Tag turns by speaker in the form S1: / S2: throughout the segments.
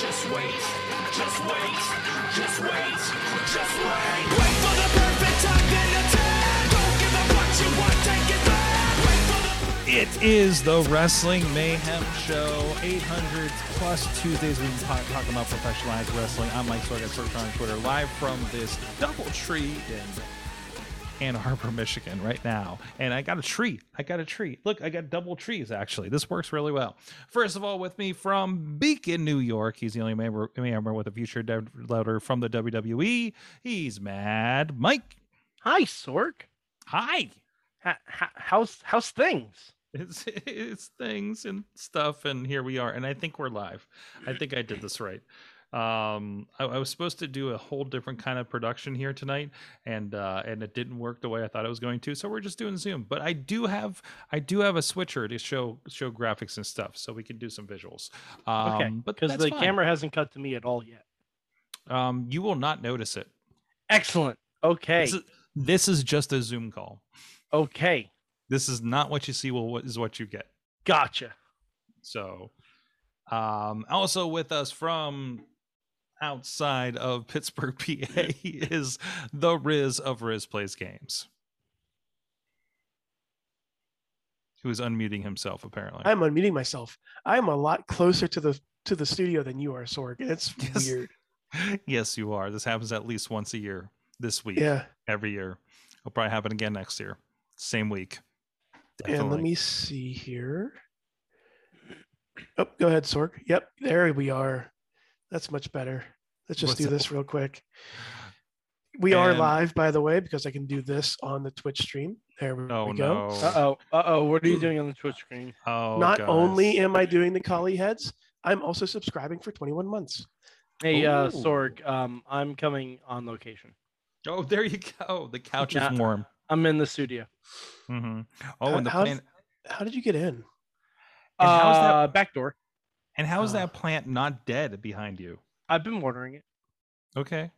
S1: just wait, just wait, just wait, just wait. Wait for the perfect time then attack. Don't give up what you want, take it back. Wait for the
S2: It is the Wrestling Mayhem Show, 800 plus Tuesdays. We've been talk- talking about professionalized wrestling. I'm Mike Sorg, search on Twitter, live from this double tree in Ann Arbor, Michigan, right now. And I got a tree. I got a tree. Look, I got double trees, actually. This works really well. First of all, with me from Beacon, New York, he's the only member, member with a future dev- letter from the WWE. He's Mad Mike.
S3: Hi, Sork.
S2: Hi.
S3: H- h- how's how's things?
S2: it's it's things and stuff and here we are and i think we're live i think i did this right um I, I was supposed to do a whole different kind of production here tonight and uh and it didn't work the way i thought it was going to so we're just doing zoom but i do have i do have a switcher to show show graphics and stuff so we can do some visuals um
S3: Okay,
S2: but
S3: Because
S2: that's
S3: the
S2: fine.
S3: camera hasn't cut to me at all yet.
S2: um you will not notice it
S3: Excellent. Okay.
S2: this, is, this is just a zoom call
S3: okay.
S2: this is not what you see well what is what you get
S3: Gotcha.
S2: So, um, also with us from outside of Pittsburgh, PA, is the Riz of Riz Plays Games, who is unmuting himself apparently.
S4: I'm unmuting myself. I'm a lot closer to the to the studio than you are, Sorg. and It's
S2: Yes.
S4: weird.
S2: yes, you are. This happens at least once a year. This week,
S4: Yeah.
S2: every year, it'll probably happen again next year. Same week.
S4: And let
S2: Definitely.
S4: me see here. Oh, go ahead, Sorg. Yep, there we are. That's much better. Let's just
S2: What's
S4: do
S2: up?
S4: this real quick. We are
S2: And-
S4: live, by the way, because I can do this on the Twitch stream. There we
S2: Oh
S4: we
S2: no!
S4: go.
S3: Uh oh. Uh oh. What are you doing on the Twitch screen?
S2: Oh,
S4: Not
S2: guys.
S4: only am I doing the collie heads, I'm also subscribing for 21 months.
S3: Hey, uh,
S2: Ooh.
S3: Sorg. Um, I'm coming on location.
S2: Oh, there you go. The couch
S3: Yeah.
S2: is warm.
S3: I'm in the studio.
S2: hmm Oh,
S4: How-
S2: and the
S4: how's-
S2: plan-
S4: How did you get in?
S2: And how's that-
S3: uh, back door?
S2: And how is
S4: Uh.
S2: that plant not dead behind you?
S3: I've been watering it.
S2: Okay.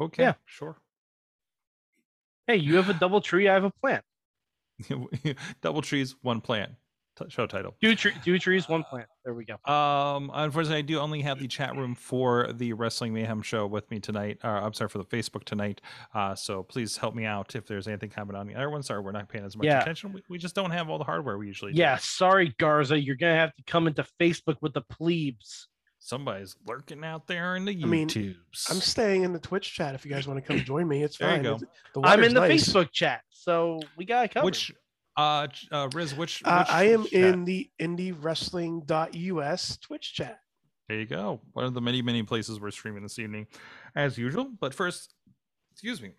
S2: Okay.
S3: Yeah.
S2: Sure.
S3: Hey, you have a double tree. I have a plant.
S2: Double trees, one plant. T- show title.
S3: Two, tre- two trees, one plant. There we go.
S2: Um, unfortunately, I do only have the chat room for the Wrestling Mayhem show with me tonight. Uh, I'm sorry for the Facebook tonight. Uh, so please help me out if there's anything coming on the other one. Sorry, we're not paying as much
S3: Yeah.
S2: attention. We, we just don't have all the hardware we usually. do.
S3: Yeah. Sorry, Garza. You're gonna have to come into Facebook with the plebes.
S2: Somebody's lurking out there in the
S4: I mean,
S2: YouTubes.
S4: I'm staying in the Twitch chat if you guys want to come join me. It's
S2: There you
S4: fine.
S2: go.
S4: It's- the
S3: I'm
S4: water's
S3: in the
S4: nice.
S3: Facebook chat, so we got it covered.
S2: which, uh, ch- uh, Riz, which,
S4: Uh,
S2: which
S4: I am
S2: chat?
S4: in the indiewrestling.us Twitch chat.
S2: There you go. One of the many, many places we're streaming this evening, as usual. But first, excuse me.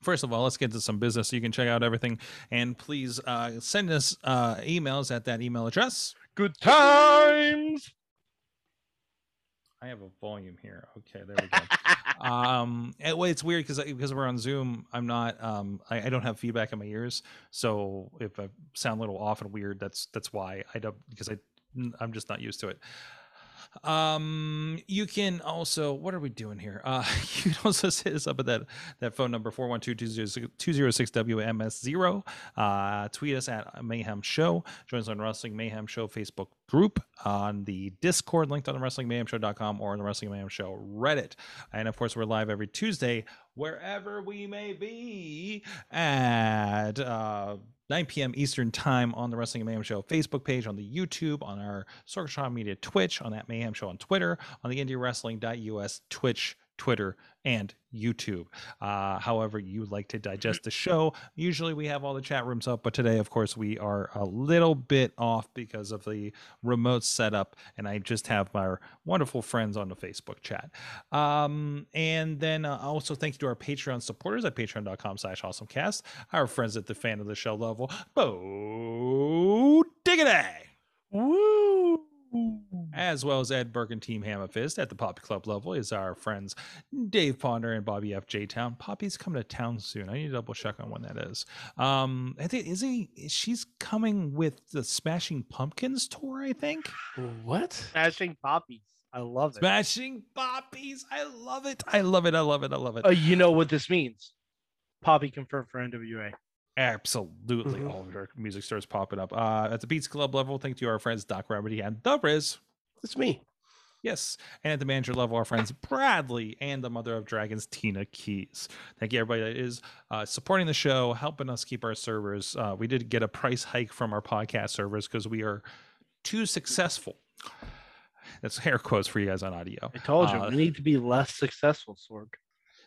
S2: First of all, let's get to some business. You can check out everything, and please uh, send us uh, emails at that email address.
S3: good times.
S2: I have a volume here. Okay, there we go. um it, well, it's weird because because we're on zoom i'm not um I, I don't have feedback in my ears so if i sound a little off and weird that's that's why i don't because i n- i'm just not used to it um you can also what are we doing here uh you can also hit us up at that that phone number 412-206-wms0 uh tweet us at mayhem show join us on wrestling mayhem show facebook group on the discord linked on the wrestling mayhem show.com or on the wrestling mayhem show reddit and of course, we're live every Tuesday, wherever we may be, at uh, 9 p.m. Eastern Time on the Wrestling Mayhem Show Facebook page, on the YouTube, on our Sorgatron Media Twitch, on that Mayhem Show on Twitter, on the IndieWrestling.us Twitch, Twitter, and YouTube. Uh, however, you like to digest the show. Usually we have all the chat rooms up, but today, of course, we are a little bit off because of the remote setup, and I just have my wonderful friends on the Facebook chat. Um, and then uh, also thank you to our Patreon supporters at patreon.com slash awesomecast, our friends at the fan of the show level, Bo Diggity!
S3: Woo!
S2: as well as Ed Burke and Team Hammer Fist. At the Poppy Club level is our friends Dave Ponder and Bobby F. J. Town. Poppy's coming to town soon. I need to double check on when that is. Um, I think is he? She's coming with the Smashing Pumpkins tour. I think.
S4: What?
S3: Smashing poppies. I love it.
S2: Smashing Poppies. I love it. I love it. I love it. I love it.
S3: Uh, you know what this means. Poppy confirmed for NWA.
S2: Absolutely.
S4: Mhm.
S2: All of our music starts popping up. Uh, at the Beats Club level, thank you to our friends Doc Remedy and The Riz.
S4: It's me.
S2: Yes. And at the manager level, our friends Bradley and the mother of dragons, Tina Keys. Thank you, everybody that is uh, supporting the show, helping us keep our servers. Uh, we did get a price hike from our podcast servers because we are too successful. That's hair quotes for you guys on audio.
S3: I told you
S2: Uh,
S3: we need to be less successful, Sorg.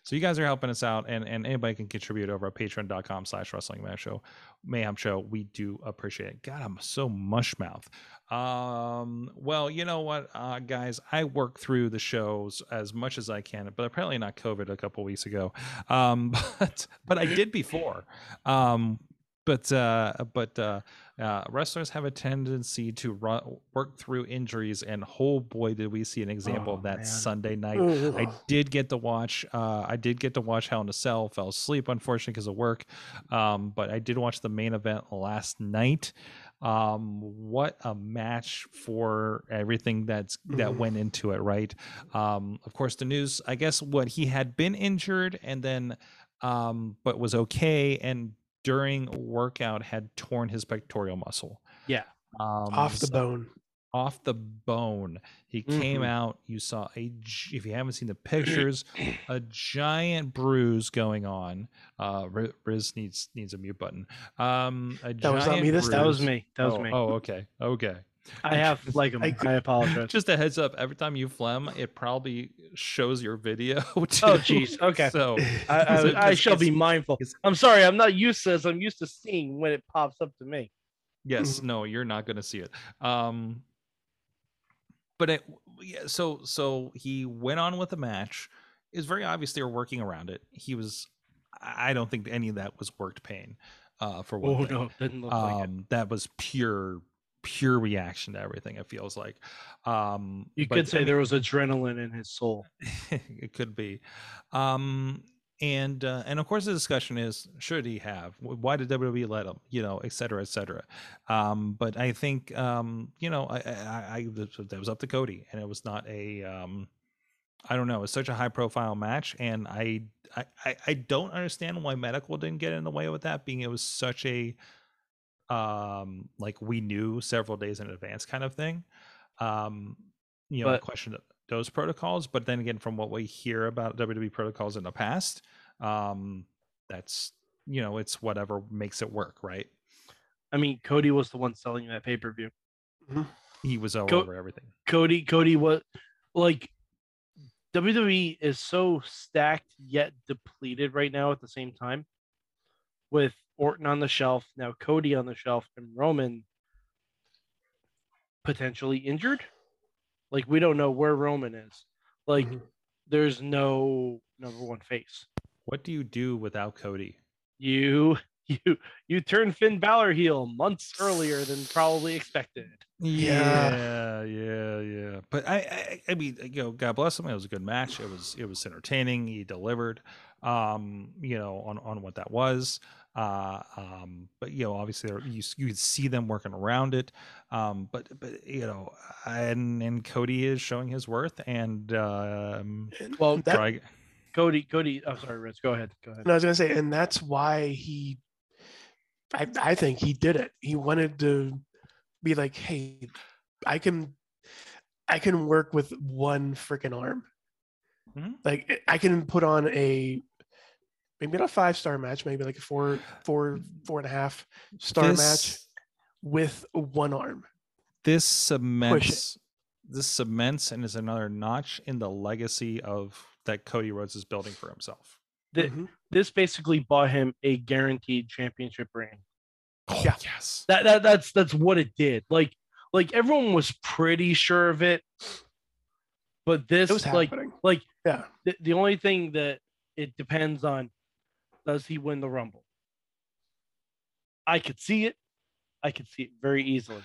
S2: So you guys are helping us out, and, and anybody can contribute over at patreon.com slash wrestling mayhem show. Mayhem show. We do appreciate it. God, I'm so mush mouth. Um, well, you know what, uh, guys, I work through the shows as much as I can, but apparently not COVID a couple weeks ago. Um, but but I did before. Um, but uh, but uh, uh, wrestlers have a tendency to ru- work through injuries, and oh boy, did we see an example
S3: Oh,
S2: of that
S3: man.
S2: Sunday night. I
S4: Ugh.
S2: did get to watch. Uh, I did get to watch Hell in a Cell. Fell asleep, unfortunately, because of work. Um, but I did watch the main event last night. Um, what a match for everything that's that
S4: Mhm.
S2: went into it, right? Um, of course, the news. I guess what he had been injured, and then, um, but was okay, and during workout had torn his pectoral muscle.
S3: Yeah.
S2: Um,
S4: Off the
S2: so-
S4: bone.
S2: off the bone. He came
S3: Mhm.
S2: out. You saw a, gi- if you haven't seen the pictures, a giant bruise going on. Uh, Ri- Riz needs needs a mute button. Um, a
S4: That was not
S2: giant
S4: me this time.
S3: That was
S2: bruise-
S3: me. That was
S2: oh,
S3: me.
S2: Oh, okay, okay.
S3: I have phlegm.
S4: I
S3: I,
S4: could-
S3: apologize.
S2: Just a heads up. Every time you phlegm, it probably shows your video.
S3: Oh,
S2: too.
S3: jeez. Okay.
S2: So
S3: I, I,
S2: So it
S3: I
S2: just
S3: shall be
S2: gets-
S3: mindful.
S2: it's-
S3: I'm sorry. I'm not used to this. I'm used to seeing when it pops up to me.
S2: yes,
S3: Mm-hmm.
S2: no, you're not going to see it. Um, but it, yeah, so so he went on with the match. It was very obvious they were working around it. He was, I I don't think any of that was worked pain. Uh, for one
S3: Oh
S2: thing.
S3: no, it doesn't look like it.
S2: um, that was pure pure reaction to everything. It feels like. Um,
S3: You
S2: but,
S3: could
S2: I
S3: say
S2: mean,
S3: there was adrenaline in his soul.
S2: it could be um and uh, and of course the discussion is should he have Wh- why did wwe let him you know et cetera et cetera um but i think um you know i i, I- I that- that was up to cody and it was not a um i don't know it's such a high profile match and I, I I- i don't understand why medical didn't get in the way with that being it was such a um like we knew several days in advance kind of thing um you know I
S3: But-
S2: question those protocols but then again from what we hear about wwe protocols in the past um that's you know it's whatever makes it work right
S3: I mean, Cody was the one selling that pay per view.
S2: he was all
S3: Co-
S2: over everything
S3: Cody, Cody was like WWE is so stacked yet depleted right now at the same time with Orton on the shelf, now Cody on the shelf, and Roman potentially injured. Like, we don't know where Roman is. Like,
S4: Mhm.
S3: there's no number one face.
S2: what do you do without cody
S3: You, you, you turned Finn Balor heel months earlier than probably expected.
S2: Yeah, yeah, yeah. But I, I, I mean, you know, God bless him. It was a good match. It was, it was entertaining. He delivered, um, you know, on on what that was. Uh, um, but you know, obviously, there, you s- you could see them working around it. Um, but but you know, and and Cody is showing his worth, and um,
S4: And
S3: Well,
S4: that,
S2: Drag-
S3: Cody, Cody, I'm sorry, Rich, go ahead. Go ahead.
S4: And I was gonna say, and that's why he, I, I think he did it. He wanted to be like, hey, I can, I can work with one freaking arm.
S2: Mhm.
S4: Like I- I can put on a, maybe not a five star match, maybe like a four, four, four and a half star match
S2: this-
S4: with one arm.
S2: this cements this cements and is another notch in the legacy of that Cody Rhodes is building for himself.
S3: The-
S4: Mhm.
S3: this basically bought him a guaranteed championship ring.
S4: Yeah.
S2: Yes.
S3: That, that that's that's what it did. Like like everyone was pretty sure of it, but this
S4: It was
S3: like
S4: happening.
S3: like
S4: yeah,
S3: the, the only thing that it depends on does he win the rumble. I could see it. I could see it very easily.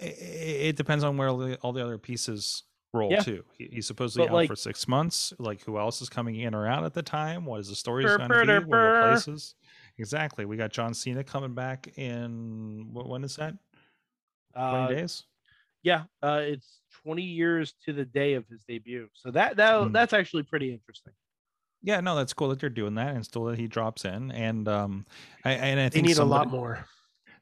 S2: i- i- it depends on where all the, all the other pieces roll
S3: Yeah.
S2: too. He, he's supposedly
S3: But,
S2: out
S3: like-
S2: for six months. Like who else is coming in or out at the time? What is the story
S3: Brr,
S2: going
S3: brr,
S2: to
S3: der,
S2: be? What are the
S3: brr.
S2: places? Exactly. We got John Cena coming back in what when is that? Twenty
S3: Uh,
S2: days.
S3: yeah, uh, it's 20 years to the day of his debut. So that that
S2: Hmm.
S3: that's actually pretty interesting.
S2: Yeah, no, that's cool that they're doing that, and it's cool that he drops in, and um, I, and I
S4: They
S2: think
S4: need a
S2: somebody-
S4: lot more.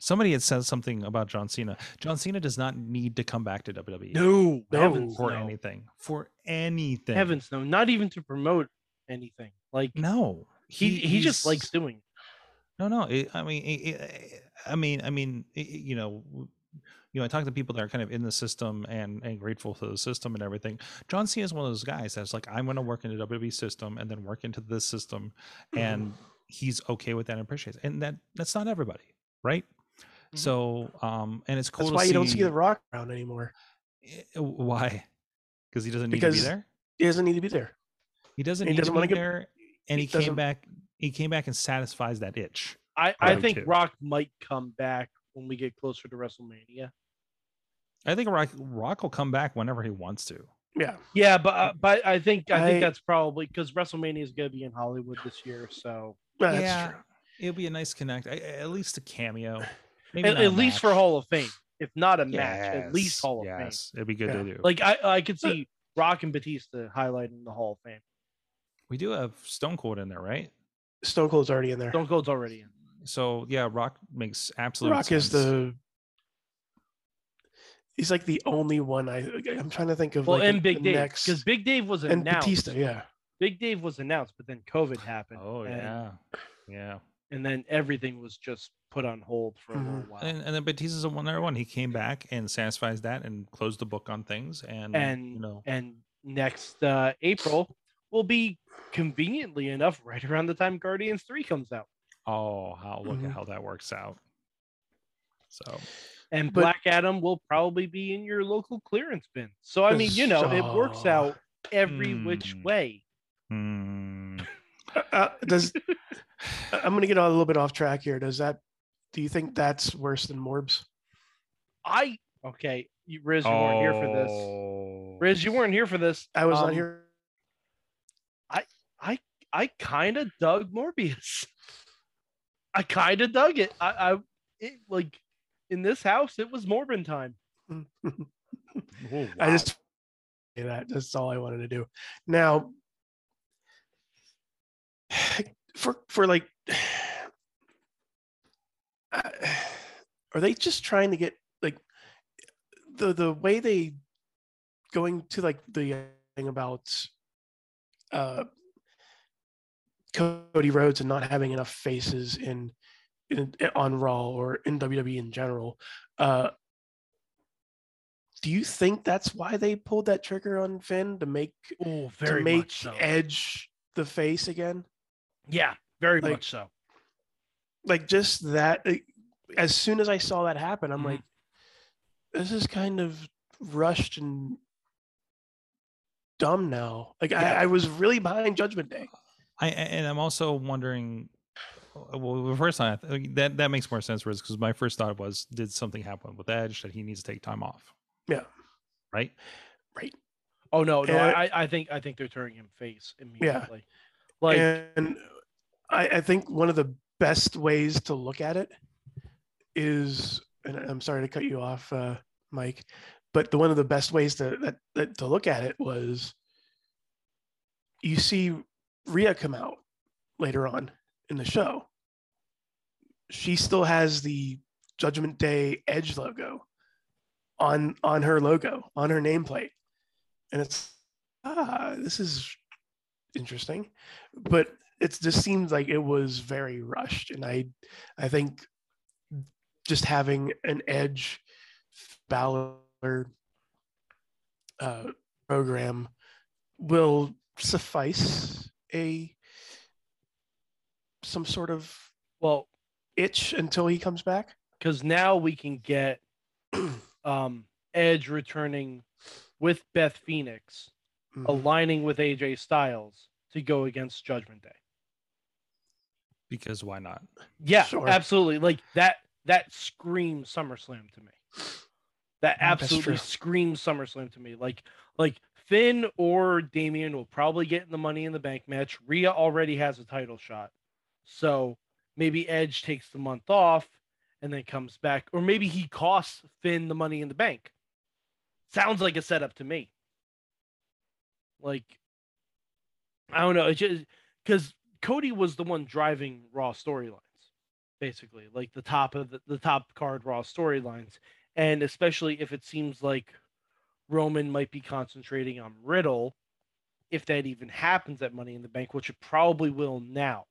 S2: Somebody had said something about John Cena. John Cena does not need to come back to WWE.
S4: No,
S3: Heavens,
S2: for
S3: no.
S2: anything. For anything.
S3: Heavens no, not even to promote anything. Like
S2: No.
S3: he he just
S2: he's-
S3: likes doing. it.
S2: No, no. It, I mean, it, it, I mean, I mean, i- i- you know, w- you know, I talk to people that are kind of in the system and and grateful to the system and everything. John Cena is one of those guys that's like, I'm going to work in the WWE system and then work into this system,
S4: Mm-hmm.
S2: and he's okay with that and appreciates. it. And that that's not everybody, right?
S4: Mhm.
S2: So, um, and it's cool.
S4: That's
S2: to
S4: why you don't see
S2: see
S4: The Rock around anymore.
S2: Eh, Why? Because he doesn't need to
S4: Because
S2: be there.
S4: He doesn't need to be there.
S2: He doesn't
S4: he
S2: need to
S4: doesn't
S2: be
S4: wanna get-
S2: there, and he,
S4: he
S2: came
S4: doesn't-
S2: back. He came back and satisfies that itch.
S3: I I
S2: Rock
S3: think
S2: too.
S3: Rock might come back when we get closer to WrestleMania.
S2: I think Rock Rock will come back whenever he wants to.
S4: Yeah.
S3: Yeah, but uh, but I think I,
S4: I-
S3: think that's probably because WrestleMania is going to be in Hollywood this year, so
S4: Well, that's
S2: Yeah.
S4: true.
S2: It'll be a nice connect, I- I- at least a cameo. Maybe
S3: at,
S2: not a
S3: at least for
S2: match.
S3: Hall of Fame, if not a match, at least Hall of Fame.
S2: yes, It'd be good to
S4: Yeah.
S2: do. Like
S3: Like I I could see Rock and Batista highlighting the Hall of Fame.
S2: we do have Stone Cold in there, right?
S4: Stone Cold's already in there.
S3: Stone Cold's already in.
S2: So yeah, Rock makes absolute.
S4: Rock is
S2: sense.
S4: the. He's like the only one I. I'm trying to think of.
S3: Well,
S4: like
S3: and Big
S4: the
S3: Dave
S4: next-
S3: because Big Dave was
S4: and
S3: announced.
S4: Batista, yeah.
S3: Big Dave was announced, but then COVID happened.
S2: Oh
S3: and,
S2: yeah, yeah.
S3: and then everything was just put on hold for a
S4: Mhm.
S3: little while.
S2: And, and then Batista's another one. He came back and satisfies that and closed the book on things. And,
S3: and
S2: you know,
S3: and next uh, April will be conveniently enough right around the time Guardians Three comes out,
S2: oh, how look
S3: Mm-hmm.
S4: Mhm.
S2: at how that works out. So
S3: and
S4: But-
S3: Black Adam will probably be in your local clearance bin. So I mean, you know, it works
S4: So-
S3: out every which
S2: Hmm.
S3: way.
S2: hmm.
S4: Uh, uh, does I- I'm gonna get a little bit off track here. Does that? Do you think that's worse than Morbs?
S3: I okay, you, Riz, you weren't here for this. Riz, you weren't here for this.
S4: Oh. I was not
S3: Um,
S4: here.
S3: I kind of dug Morbius. I kind of dug it. I, I it, like in this house, it was Morbin time.
S2: Oh.
S4: I just say that. That's all I wanted to do. Now, for for like, are they just trying to get like the the way they going to like the thing about uh Cody Rhodes and not having enough faces in, in on Raw or in WWE in general? Uh, do you think that's why they pulled that trigger on Finn to make
S3: Oh,
S4: to make Edge the face again?
S3: Yeah, very
S4: Like-
S3: much so.
S4: Like just that. like, As soon as I saw that happen, I'm
S3: Mhm.
S4: like, this is kind of rushed and dumb now. Like I, I was really behind Judgment Day.
S2: I a- and I'm also wondering. uh, Well, the first time I th- that that makes more sense for us because my first thought was, did something happen with Edge that he needs to take time off?
S4: Yeah.
S2: Right.
S3: Oh no, no,
S4: And-
S3: I, I- I think I think they're turning him face immediately. Like
S4: Like, and I, I think one of the best ways to look at it is, and I'm sorry to cut you off, uh, Mike, but the one of the best ways to that, that to look at it was you see Rhea come out later on in the show. She still has the Judgment Day Edge logo on on her logo on her nameplate, and it's ah, this is interesting but it just seems like it was very rushed and i i think just having an edge Balor uh, program will suffice a some sort of
S3: well,
S4: itch until he comes back
S3: because now we can get um Edge returning with Beth Phoenix, Mm-hmm.
S4: Mhm.
S3: aligning with AJ Styles to go against Judgment Day.
S2: Because why not?
S3: Yeah,
S4: Sure.
S3: absolutely. Like that that screams SummerSlam to me. That
S4: Oh, that's true.
S3: absolutely screams SummerSlam to me. Like like Finn or Damien will probably get in the Money in the Bank match. Rhea already has a title shot, so maybe Edge takes the month off and then comes back, or maybe he costs Finn the Money in the Bank. Sounds like a setup to me. Like I don't know, it just because Cody was the one driving Raw storylines, basically, like the top of the, the top card Raw storylines, and especially if it seems like Roman might be concentrating on Riddle, if that even happens at Money in the Bank, which it probably will now,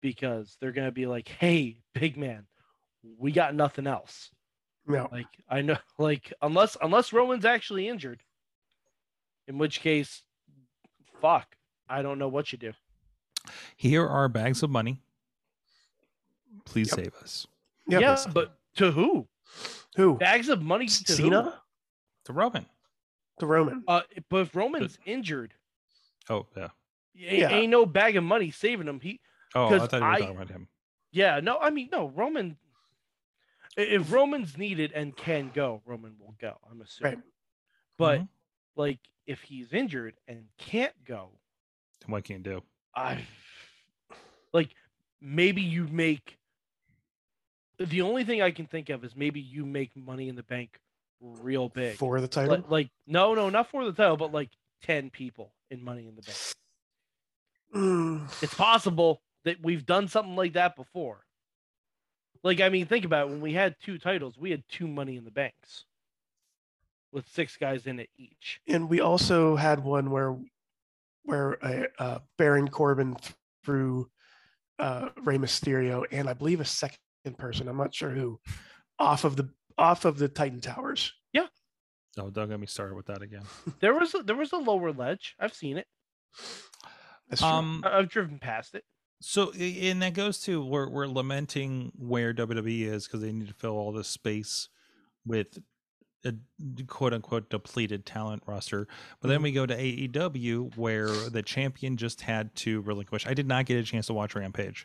S3: because they're gonna be like, "Hey, big man, we got nothing else."
S4: No,
S3: Like I know, like unless unless Roman's actually injured, in which case, fuck, I don't know what you do.
S2: Here are bags of money. Please save us.
S4: Yep.
S3: Yeah, but to who?
S4: who?
S3: Bags of money to who?
S4: Cena?
S2: To Roman.
S4: The Roman.
S3: Uh, but if Roman's injured,
S2: Oh yeah.
S3: a-
S4: Yeah.
S3: ain't no bag of money saving him. He,
S2: Oh, I
S3: 'Cause
S2: thought you were
S3: I-
S2: talking about him.
S3: yeah, no, I mean, no, Roman. i- If Roman's needed and can go, Roman will go. I'm assuming. But
S2: Mhm.
S3: like, if he's injured and can't go,
S2: And what can you do?
S3: I like maybe you make the only thing I can think of is maybe you make money in the bank real big.
S4: for the title.
S3: like, like no, no, not for the title, but like ten people in Money in the Bank.
S4: Mm,
S3: It's possible that we've done something like that before. Like, I mean, think about it. when we had two titles, we had two Money in the Banks with six guys in it each.
S4: and we also had one where where a, uh, Baron Corbin threw uh, Rey Mysterio and I believe a second person, I'm not sure who, off of the off of the Titan Towers.
S2: Oh, don't get me started with that again.
S3: There was a, there was a lower ledge. I've seen it.
S4: That's true.
S2: Um,
S3: I- I've driven past it.
S2: so i- and that goes to we're we're lamenting where WWE is because they need to fill all this space with a quote unquote depleted talent roster. But
S3: Mm-hmm.
S2: then we go to AEW where the champion just had to relinquish. I did not get a chance to watch Rampage,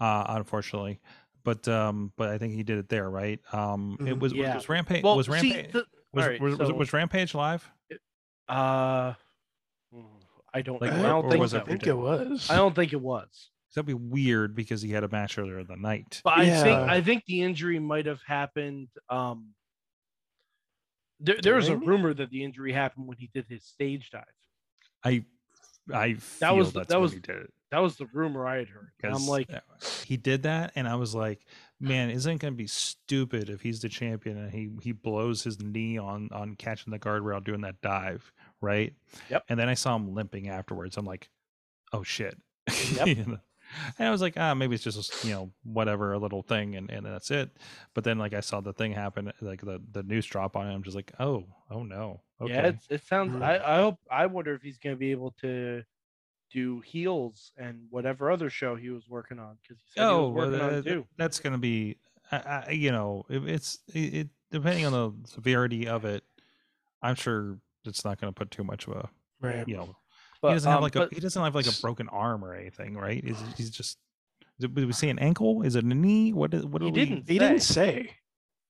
S2: uh, unfortunately. But um, but I think he did it there, right? Um, it
S4: Mhm.
S2: was
S3: Mm-hmm. Yeah.
S2: was Rampage
S3: Well,
S2: was
S3: see,
S2: Rampage
S3: the-
S2: was,
S3: alright,
S2: was, was,
S3: so-
S2: was Rampage live?
S3: Uh, mm, I don't.
S2: Like,
S3: know.
S2: or-
S3: I don't
S2: or
S3: think
S2: was
S4: I
S3: so.
S2: it-
S4: think it was.
S3: I don't think it was.
S2: That'd be weird because he had a match earlier in the night.
S3: But I think
S4: Yeah.
S3: I think the injury might have happened. Um, there, there was a
S4: During?
S3: rumor that the injury happened when he did his stage dive.
S2: I I
S3: That
S2: feel
S3: was the-
S2: that's
S3: that
S2: when
S3: was-
S2: he did it.
S3: That was the rumor I had heard. And I'm
S2: because
S3: like,
S2: he did that and i was like man isn't it gonna be stupid if he's the champion and he he blows his knee on on catching the guardrail doing that dive right
S3: Yep.
S2: and then i saw him limping afterwards i'm like oh shit
S3: Yep.
S2: You know? and i was like ah maybe it's just you know whatever a little thing and and that's it but then like i saw the thing happen like the the news drop on him i'm just like oh oh no okay Mm.
S3: yeah, it's, it sounds.
S4: Mhm.
S3: I, I hope. I wonder if he's going to be able to do heels and whatever other show he was working on because he said he
S2: oh
S3: was working
S2: well,
S3: on
S2: that-
S3: too.
S2: that's gonna be I, I, you know it, it's it, it depending on the severity of it i'm sure it's not gonna put too much of a
S4: right.
S2: you know
S3: But,
S2: he doesn't have
S3: um,
S2: like a
S3: but-
S2: he doesn't have like a broken arm or anything right he's, he's just did we say an ankle is it a knee what did, what
S3: Ah. He
S2: did we-
S3: didn't.
S4: He didn't say.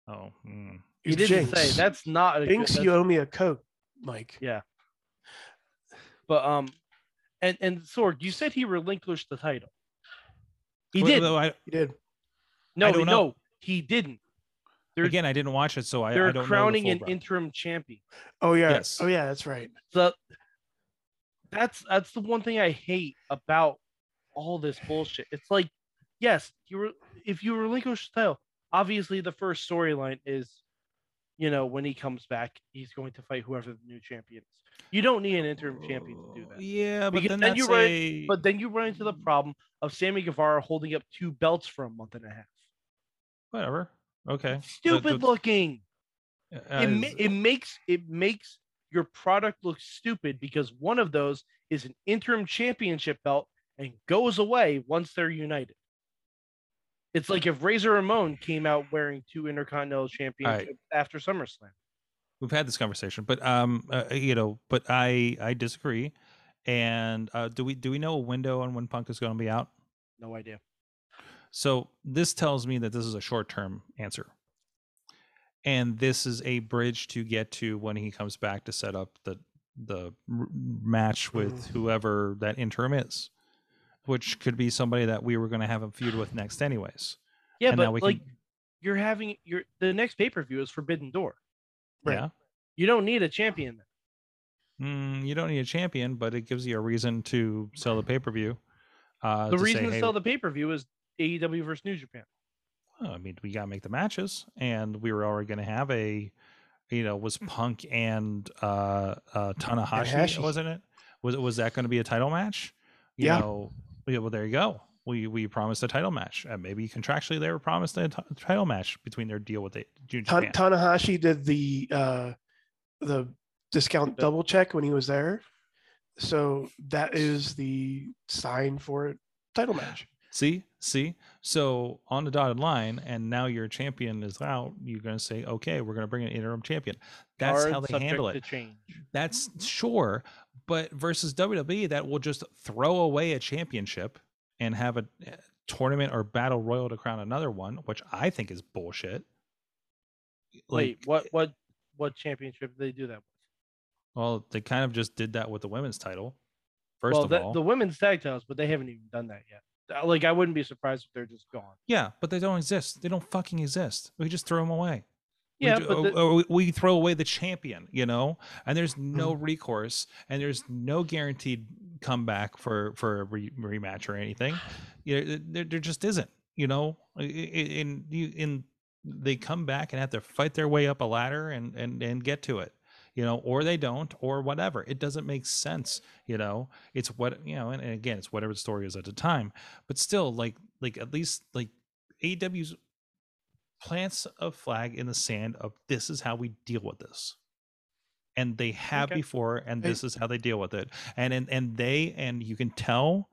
S2: oh mm.
S3: he didn't say that's not. A
S4: Thinks
S3: good,
S4: you owe me a coke, Mike.
S3: Yeah. But um, and and Sorg, you said he relinquished the title. He
S2: Well,
S3: did.
S2: though I,
S4: He did.
S3: No,
S2: don't
S3: he-
S2: know.
S3: no, he didn't. They're-
S2: again i didn't watch it so i,
S3: They're
S2: I don't
S3: crowning
S2: know
S3: an
S2: the full route.
S3: interim champion.
S4: Oh yeah.
S2: Yes.
S4: Oh yeah. That's right.
S3: The that's that's the one thing I hate about all this bullshit. It's like, yes, you were if you relinquish the title, obviously the first storyline is, you know, when he comes back, he's going to fight whoever the new champion is. You don't need an interim champion to do that.
S2: Oh, yeah but
S3: Because
S2: then,
S3: then
S2: that's
S3: you run-
S2: a,
S3: But then you run into the problem of Sammy Guevara holding up two belts for a month and a half.
S2: whatever okay
S3: Stupid
S2: the-
S3: looking.
S2: uh,
S3: it,
S2: is-
S3: ma- it makes it makes your product look stupid because one of those is an interim championship belt and goes away once they're united. It's like if Razor Ramon came out wearing two Intercontinental Championships after SummerSlam.
S2: we've had this conversation but um uh, you know but i i disagree and uh do we do we know a window on when punk is going to be out
S3: No idea.
S2: so this tells me that this is a short term answer and this is a bridge to get to when he comes back to set up the the r- match
S3: Mm.
S2: with whoever that interim is, which could be somebody that we were going to have a feud with next, anyways.
S3: Yeah,
S2: And now
S3: but
S2: we can-
S3: like you're having your the next pay per view is Forbidden Door.
S4: Right.
S2: Yeah,
S3: You don't need a champion. then.
S2: mm, you don't need a champion, but it gives you a reason to sell the pay per view. Uh,
S3: the
S2: to
S3: reason
S2: say,
S3: to
S2: "Hey,
S3: sell the pay per view is AEW versus New Japan.
S2: well, "Oh, I mean, we got to make the matches, and we were already going to have a, you know, was Punk and uh, uh, Tanahashi,
S4: Mm. Tanahashi.
S2: wasn't it? Was was that going to be a title match? You
S4: Yeah.
S2: Know, yeah. Well, there you go. We we promised a title match, and maybe contractually they were promised a t- title match between their deal with the New
S4: Ta-
S2: Japan.
S4: Tanahashi did the uh, the discount double check when he was there, so that is the sign for a title match.
S2: See, see. So on the dotted line, and now your champion is out. You're going to say, okay, we're going to bring an interim champion. That's
S3: Are
S2: how they
S3: subject
S2: handle it.
S3: To change.
S2: That's
S3: Mm-hmm.
S2: sure, but versus WWE, that will just throw away a championship and have a eh, tournament or battle royal to crown another one, which I think is bullshit.
S3: Wait, what what what championship did they do that? with?
S2: Well, they kind of just did that with the women's title. First
S3: well,
S2: of
S3: the,
S2: all,
S3: the women's tag titles, but they haven't even done that yet. Uh, Like I wouldn't be surprised if they're just gone.
S2: yeah, but they don't exist. They don't fucking exist. We just throw them away. We
S3: Yeah,
S2: do-
S3: but
S2: or-
S3: the,
S2: or we- we throw away the champion, you know, and there's no
S3: Mm-hmm.
S2: recourse, and there's no guaranteed comeback for for a re- rematch or anything. You know, there, there just isn't. You know, I- I- in you in they come back and have to fight their way up a ladder and and and get to it. You know, or they don't, or whatever. It doesn't make sense. You know, it's what you know, and, and again, it's whatever the story is at the time. But still, like like at least like AEW's plants a flag in the sand of this is how we deal with this and they have
S3: Okay.
S2: before and
S4: Hey.
S2: this is how they deal with it and, and and they and you can tell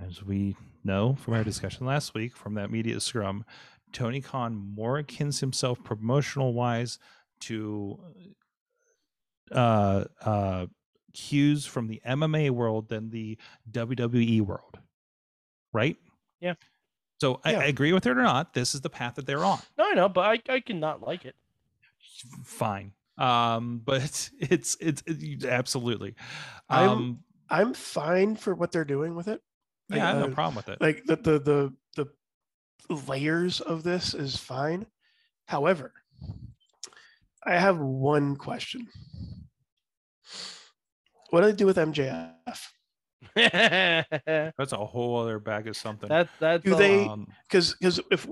S2: as we know from our discussion last week from that media scrum tony khan more akins himself promotional wise to uh uh cues from the mma world than the wwe world right
S3: Yeah.
S2: so I,
S4: Yeah.
S2: I agree with it or not this is the path that they're on
S3: no, I know, but I I cannot like it.
S2: fine um but it's it's it, you- absolutely
S4: I'm-
S2: um
S4: I'm fine for what they're doing with it. I-
S2: yeah i have no
S4: uh,
S2: problem with it
S4: Like the the the the layers of this is fine. However, I have one question. What do they do with MJF?
S3: that
S2: that's a whole other bag of something
S3: that's uh,
S4: Do
S3: a-
S4: they-
S2: um,
S4: Because because if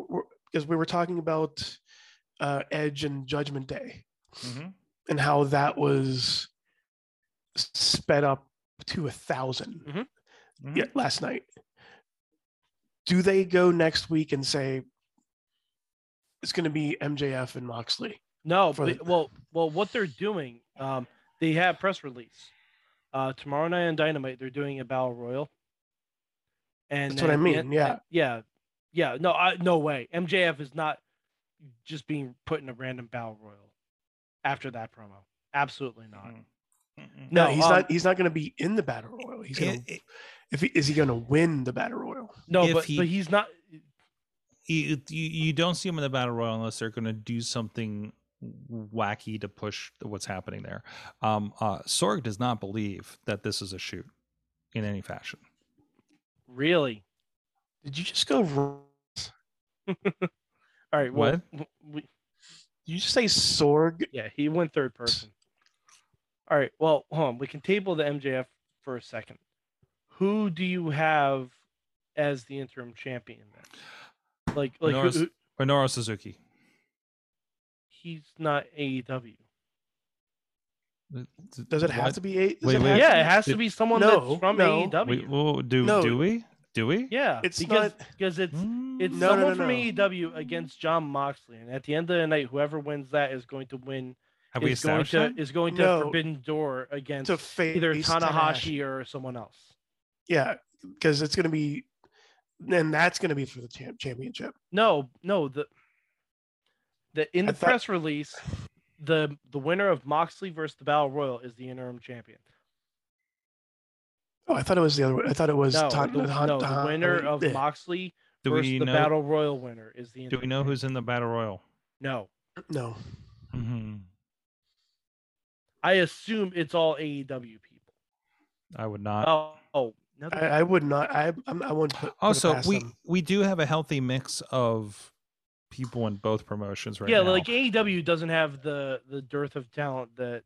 S4: because we were talking about uh, Edge and Judgment Day
S2: mhm.
S4: and how that was sped up to a 1000
S3: Mhm.
S2: Mhm.
S4: Yeah, last night. Do they go next week and say it's going to be MJF and Moxley?
S3: No,
S4: for
S3: but,
S4: the-
S3: well, well, what they're doing, um, they have press release uh, tomorrow night on Dynamite. They're doing a battle royal, and
S4: That's what I
S3: then at-
S4: mean, yeah.
S3: at- yeah, yeah. No, I, no way. MJF is not just being put in a random battle royal after that promo. Absolutely not.
S2: Mhm. Mhm.
S4: Mm-hmm. No,
S3: No,
S4: he's
S3: um,
S4: not. He's not going to be in the battle royal. He's going
S2: It-
S4: to.
S2: it-
S4: If he, is he going to win the battle royal?
S3: No,
S2: If
S3: but
S2: he-
S3: but he's not.
S2: you, you you don't see them in the battle royal unless they're going to do something wacky to push what's happening there um uh sorg does not believe that this is a shoot in any fashion
S3: Really?
S4: Did you just go? r-
S3: All right. Well, we-
S4: Did you just say Sorg?
S3: yeah, he went third person. All right. Well, hold on. We can table the MJF for a second. Who do you have as the interim champion then? Like, like who,
S2: Minoru, Su-
S3: who-
S2: Minoru suzuki
S3: he's not E AEW.
S4: Does it have
S2: Uh, What?
S4: to be eight? Does
S2: Wait,
S4: it
S2: wait.
S4: have
S3: Yeah,
S4: to
S3: it has to be someone
S4: No,
S3: that's from
S4: no.
S3: AEW.
S2: Wait, well, do
S4: No.
S2: do we do we Mm.
S3: yeah,
S4: It's
S3: because
S4: not- Hmm?
S3: because it's it's
S4: No, no,
S3: someone
S4: no,
S3: from
S4: no.
S3: AEW against John Moxley, and at the end of the night, whoever wins that is going to win.
S2: have we
S3: is going
S2: established
S3: to
S2: that?
S3: is going to
S4: No.
S3: Forbidden Door against
S4: to face
S3: either Tanahashi or someone else.
S4: Yeah, because it's going to be. Then that's going to be for the champ- championship.
S3: No, no, the the in
S4: I
S3: the
S4: thought-
S3: press release, the the winner of Moxley versus the Battle Royal is the interim champion.
S4: Oh, I thought it was the other one. I thought it was
S3: No,
S4: Tan-
S3: the,
S4: Han-
S3: no, the
S4: Han-
S3: winner of
S4: eh.
S3: Moxley
S2: Do
S3: versus
S2: we
S3: the
S2: know?
S3: Battle Royal winner is the
S2: Do
S3: interim.
S2: we know
S3: champion.
S2: who's in the battle royal?
S3: No,
S4: No,
S2: hmm
S3: I assume it's all AEW people.
S2: I would not.
S3: Oh, oh another
S4: I, I would not. I I'm, I wouldn't. Put, put it
S2: also,
S4: past
S2: we
S4: them.
S2: we do have a healthy mix of people in both promotions right
S3: yeah,
S2: now.
S3: like AEW doesn't have the the dearth of talent that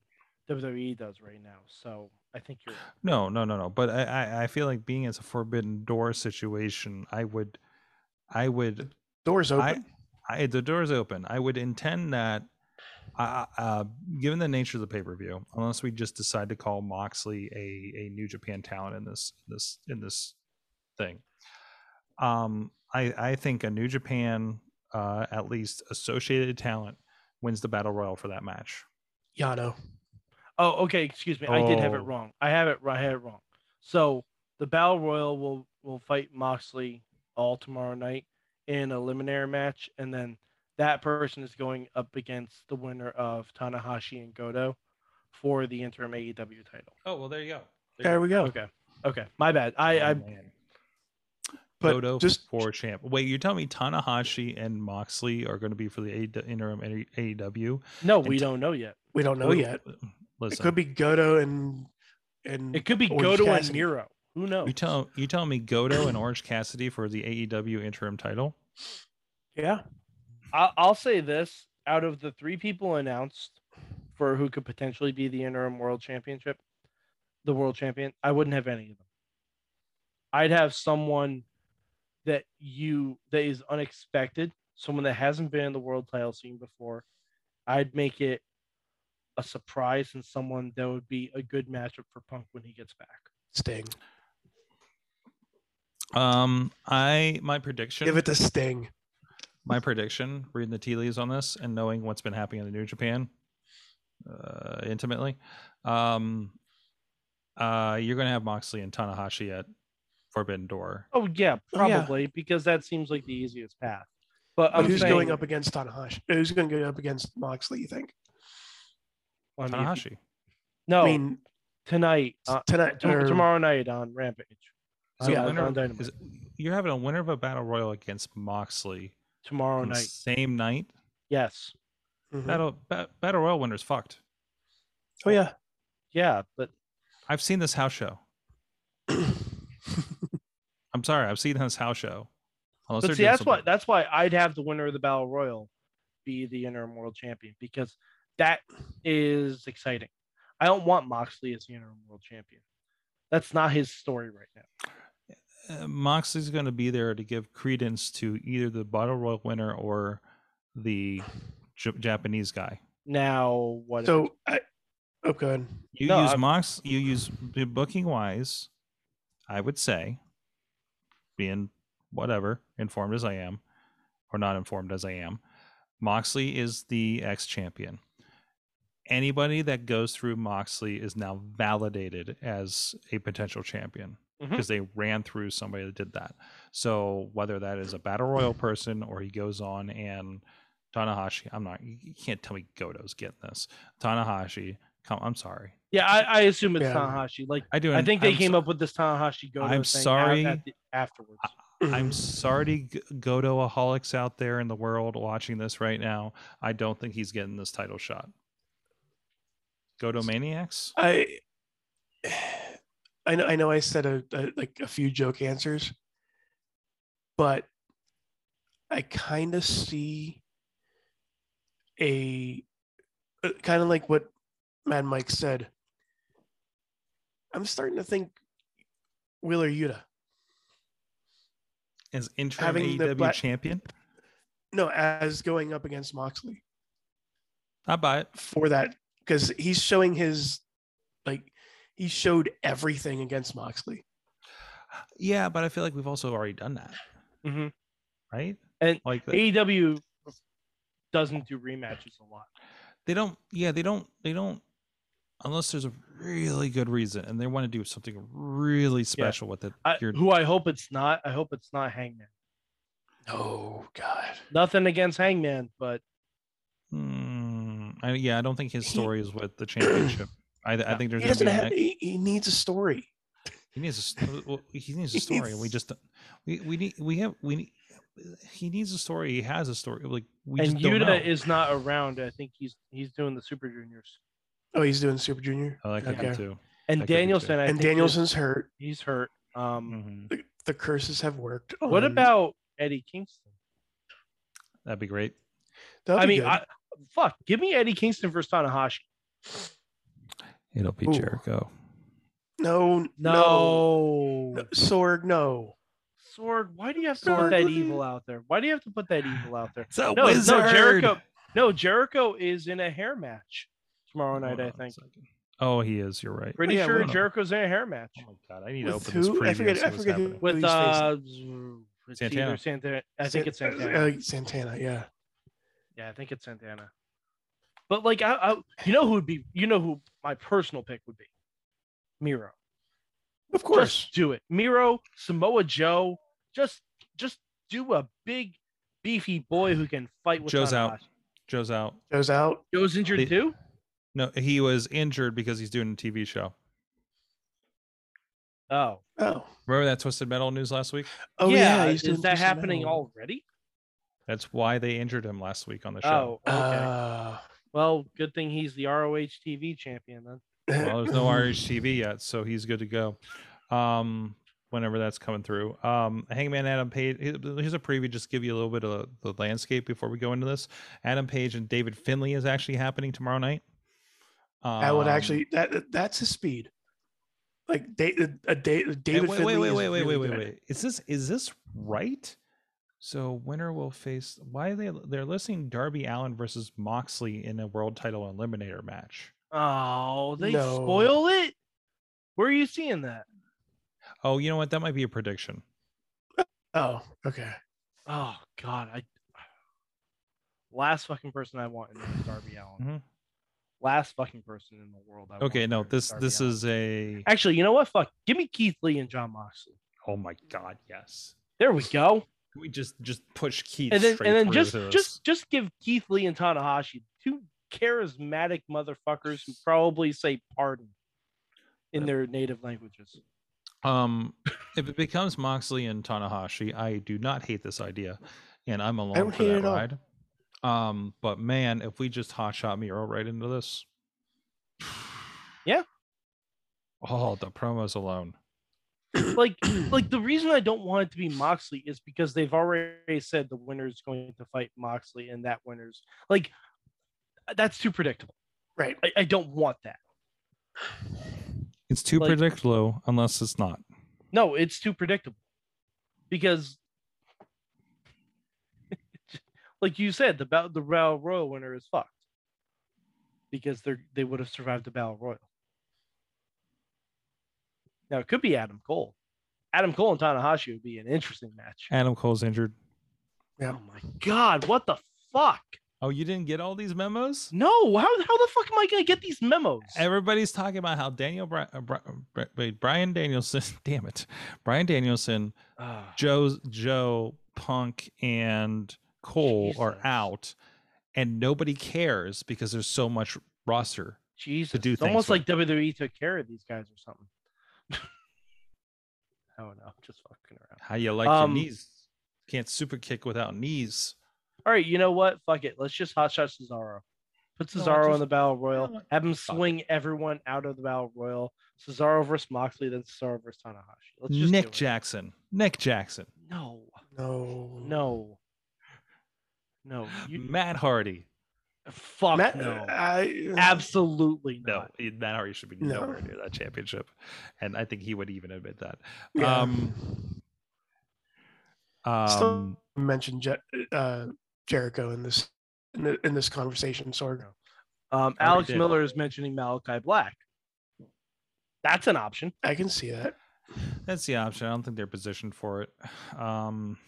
S3: WWE does right now. So I think you're
S2: No, no, no, no. But I, I, I feel like being as a forbidden door situation, I would, I would,
S4: Doors open.
S2: I the door's open. I would intend that, uh, uh, given the nature of the pay per view, unless we just decide to call Moxley a a New Japan talent in this this in this thing, um, I I think a New Japan uh, at least associated talent wins the battle royal for that match.
S4: Yano.
S3: Oh, okay. Excuse me. I did have it
S2: Oh.
S3: wrong. I have it. I had it wrong. So the Battle Royal will will fight Moxley all tomorrow night in a liminary match, and then that person is going up against the winner of Tanahashi and Goto for the interim AEW title.
S2: Oh well, there you go.
S4: There we go.
S3: Okay. Okay. My bad. I I
S4: But
S2: Goto
S4: just-
S2: for champ. Wait, you're telling me Tanahashi and Moxley are going to be for the AEW interim E AEW?
S3: no, we
S2: Int-
S3: don't know yet.
S4: We don't know
S2: Wait,
S4: yet.
S2: Listen,
S4: It could be Goto and and
S3: It could be
S4: Orange
S3: Goto and
S4: Cassidy.
S3: Miro. Who knows?
S2: you tell you telling me Goto and Orange Cassidy for the AEW interim title?
S4: yeah.
S3: I'll, I'll say this out of the three people announced for who could potentially be the interim world championship, the world champion, I wouldn't have any of them. I'd have someone that you that is unexpected, someone that hasn't been in the world title scene before. I'd make it a surprise and someone that would be a good matchup for Punk when he gets back.
S4: Sting.
S2: Um, I my prediction,
S4: Give it to Sting.
S2: my prediction, reading the tea leaves on this and knowing what's been happening in the New Japan uh, intimately, um, uh, you're going to have Moxley and Tanahashi at Forbidden Door.
S3: Oh yeah,
S4: Oh, yeah.
S3: probably because that seems like the easiest path. But
S4: But
S3: I'm
S4: who's
S3: saying,
S4: going up against Tanahashi? Uh, Who's going to go up against Moxley? You think?
S3: I mean, if you-
S2: Tanahashi.
S3: No,
S4: I mean,
S3: tonight, Oh, uh,
S4: tonight
S3: Tom-
S4: or-
S3: tomorrow night on Rampage.
S2: So
S4: Yeah,
S2: winner-
S3: on Dynamite.
S2: is- you're having a winner of a battle royal against Moxley
S3: Tomorrow
S2: on the
S3: night.
S2: same night.
S3: Yes.
S4: Mhm.
S2: Battle ba- battle royal winners fucked.
S4: Oh yeah.
S3: Yeah, but
S2: I've seen this house show. I'm sorry, I've seen this house show. Unless
S3: but
S2: they're
S3: see,
S2: doing
S3: that's why
S2: something-
S3: that's why I'd have the winner of the Battle Royal be the interim world champion because that is exciting. I don't want Moxley as the interim world champion. That's not his story right now.
S2: Uh, Moxley's going to be there to give credence to either the battle royal winner or the J- Japanese guy.
S3: Now, what? if
S4: So I. Oh, go ahead.
S2: You
S3: No,
S2: use
S3: I'm-
S2: Mox. You use booking wise. I would say, being whatever informed as I am, or not informed as I am, Moxley is the ex champion. Anybody that goes through Moxley is now validated as a potential champion
S3: Mhm.
S2: because they ran through somebody that did that. So whether that is a battle royal person or he goes on and Tanahashi, I'm not. You you can't tell me Goto's getting this. Tanahashi, come. I'm sorry.
S3: yeah, I, I assume it's
S4: Yeah.
S3: Tanahashi. Like,
S2: I do.
S3: I
S2: and
S3: think they
S2: I'm
S3: came
S2: so-
S3: up with this Tanahashi Goto.
S2: I'm
S3: thing af-
S2: sorry.
S3: at the- afterwards.
S2: I'm sorry, G- Gotoaholics out there in the world watching this right now. I don't think he's getting this title shot. Gotomaniacs?
S4: I. I know. I know. I said a, a like a few joke answers, but I kind of see a kind of like what Mad Mike said. I'm starting to think Wheeler Yuta.
S2: Is interim
S4: Having the
S2: AEW
S4: black-
S2: champion?
S4: No, as going up against Moxley.
S2: I buy it.
S4: for that because he's showing his like he showed everything against Moxley.
S2: Yeah, but I feel like we've also already done that,
S3: Mhm.
S2: right?
S3: And
S2: like the-
S3: AEW E doesn't do rematches a lot.
S2: they don't yeah they don't they don't unless there's a really good reason and they want to do something really special with it
S3: I,
S2: you're-
S3: who I hope it's not. I hope it's not Hangman.
S4: Oh God.
S3: Nothing against Hangman, but
S2: Hmm, I, yeah i don't think his
S4: He-
S2: story is with the championship I, I think there's gonna be
S4: He doesn't
S2: a
S4: have
S2: next-
S4: he, he needs a story.
S2: He needs a st- well, he needs a story, and we just we we need we have we need, he needs a story. He has a story. Like we
S3: and
S2: just don't know.
S3: Yuta is not around. I think he's he's doing the Super Juniors.
S4: Oh, he's doing Super Junior.
S2: I like
S4: okay.
S2: that too.
S3: And
S2: That could be too.
S3: Danielson, I
S4: and
S3: think is-
S4: Danielson's hurt.
S3: he's hurt. Um,
S2: Mhm.
S4: The, the curses have worked.
S2: Mm.
S3: What
S4: on-
S3: about Eddie Kingston?
S2: That'd be great.
S4: That'll
S3: I
S4: be
S3: mean,
S4: good.
S3: I, fuck, give me Eddie Kingston versus Tanahashi.
S2: It'll be
S4: Ooh.
S2: Jericho.
S4: no, no,
S3: No.
S4: no, Sorg, no.
S3: Sword, why do you have to put
S4: Sword.
S3: that evil out there? Why do you have to put that evil out there?
S2: It's a
S3: No, no, Jericho. No, Jericho is in a hair match tomorrow night,
S2: Hold
S3: I
S2: on a
S3: think.
S2: second. Oh, he is. You're right.
S3: Pretty
S4: Yeah,
S3: sure
S2: well, no.
S3: Jericho's in a hair match
S2: Oh my god, I need to
S4: With
S2: open this
S4: who?
S2: preview.
S4: I
S2: and
S4: forget-
S2: see
S4: I
S2: what's
S4: forget who-
S2: happening.
S3: with
S4: Who's
S3: uh it's
S2: Santana.
S3: either Santana. I think it's Santana.
S4: Uh, Santana, yeah.
S3: Yeah, I think it's Santana. But like, I, I you know who would be, you know who my personal pick would be, Miro.
S4: Of course.
S3: Just do it, Miro, Samoa Joe. Just, just do a big, beefy boy who can fight with.
S2: Joe's out.
S3: Tanahashi.
S2: Joe's out.
S4: Goes out.
S3: Joe's injured
S2: They-
S3: too.
S2: No, he was injured because he's doing a TV show.
S3: Oh,
S4: Oh.
S2: Remember that twisted metal news last week?
S4: Oh yeah.
S3: is
S4: doing
S3: that
S4: Twisted
S3: happening
S4: Metal.
S3: already?
S2: That's why they injured him last week on the show.
S3: Oh, okay.
S4: Uh,
S3: well, good thing he's the ROH TV champion then.
S2: Well, there's no RHTV yet, so he's good to go. Um, whenever that's coming through. Um, Hangman Adam Page. he- Here's a preview, just give you a little bit of the landscape before we go into this. Adam Page and David Finley is actually happening tomorrow night.
S4: I would
S2: Um,
S4: actually. That that- that's his speed. Like da- a da-
S2: Hey,
S4: David.
S2: wait,
S4: Finley
S2: wait,
S4: is
S2: wait, wait,
S4: really
S2: wait, wait,
S4: good.
S2: wait. Is this is this right? So winner will face why are they they're listing Darby Allen versus Moxley in a world title eliminator match.
S3: Oh, they
S4: No.
S3: spoil it. Where are you seeing that?
S2: Oh, you know what? That might be a prediction.
S4: Oh, okay.
S3: Oh God, I last fucking person I want in there is Darby Allen.
S2: Mhm.
S3: Last fucking person in the world. I want
S2: Okay, no,
S3: there is
S2: this
S3: Darby
S2: this
S3: Allin.
S2: is a
S3: actually. You know what? Fuck. Give me Keith Lee and John Moxley.
S2: oh my god, yes.
S3: There we go.
S2: Can we just just push Keith
S3: And then
S2: straight
S3: and then
S2: through
S3: just
S2: to this?
S3: just just give Keith Lee and Tanahashi two charismatic motherfuckers who probably say pardon in
S2: Yep.
S3: their native languages.
S2: um if it becomes Moxley and Tanahashi, I do not hate this idea, and I'm along
S4: don't
S2: for
S4: hate
S2: that
S4: it at all.
S2: ride. Um, but man, if we just hotshot Miro right into this,
S3: Yeah.
S2: Oh, the promos alone.
S3: like like the reason I don't want it to be Moxley is because they've already said the winner's going to fight Moxley and that winner's like that's too predictable.
S4: Right.
S3: I, I don't want that.
S2: It's too
S3: Like-
S2: predictable unless it's not.
S3: No, it's too predictable. Because like you said, the bow, the Battle Royal winner is fucked. Because they're they would have survived the Battle Royal. Now it could be Adam Cole. Adam Cole and Tanahashi would be an interesting match.
S2: Adam Cole's injured.
S4: Yeah.
S3: Oh my god, what the fuck?
S2: Oh, you didn't get all these memos?
S3: No, how, how the fuck am I gonna get these memos?
S2: Everybody's talking about how Daniel Bri- uh, Bri- Bri- wait, Brian Danielson, damn it, Brian Danielson,
S3: Ah,
S2: Joe's Joe Punk and Cole are
S3: Jesus.
S2: out, and nobody cares because there's so much roster.
S3: Jesus,
S2: do
S3: it's
S2: things
S3: almost
S2: with.
S3: like WWE took care of these guys or something. oh no, just fucking around.
S2: How you like
S3: Um,
S2: your knees? Can't super kick without knees.
S3: All right, you know what? Fuck it. Let's just hotshot Cesaro. Put
S2: No, I
S3: Cesaro in
S2: just-
S3: the Battle Royal.
S2: what?
S3: have him
S2: Fuck.
S3: swing everyone out of the Battle Royal. Cesaro versus Moxley, then Cesaro versus Tanahashi. Let's just do
S2: Nick
S3: it.
S2: Jackson. Nick Jackson.
S3: No,
S4: No.
S3: no, no. Oh, You,
S2: Matt Hardy.
S3: fuck
S4: Matt,
S2: uh,
S3: no.
S4: I,
S3: Absolutely not.
S2: No, he- Matt Hardy should be
S4: No.
S2: nowhere near that championship, and I think he would even admit that.
S4: Yeah.
S2: Um, um,
S4: Still mentioned Je- uh, Jericho in this in, the, in this conversation, Sorg.
S3: Um,
S2: I already
S3: Alex
S2: did.
S3: Miller is mentioning Malachi Black. That's an option.
S4: I can see that.
S2: that's the option. I don't think they're positioned for it. Um,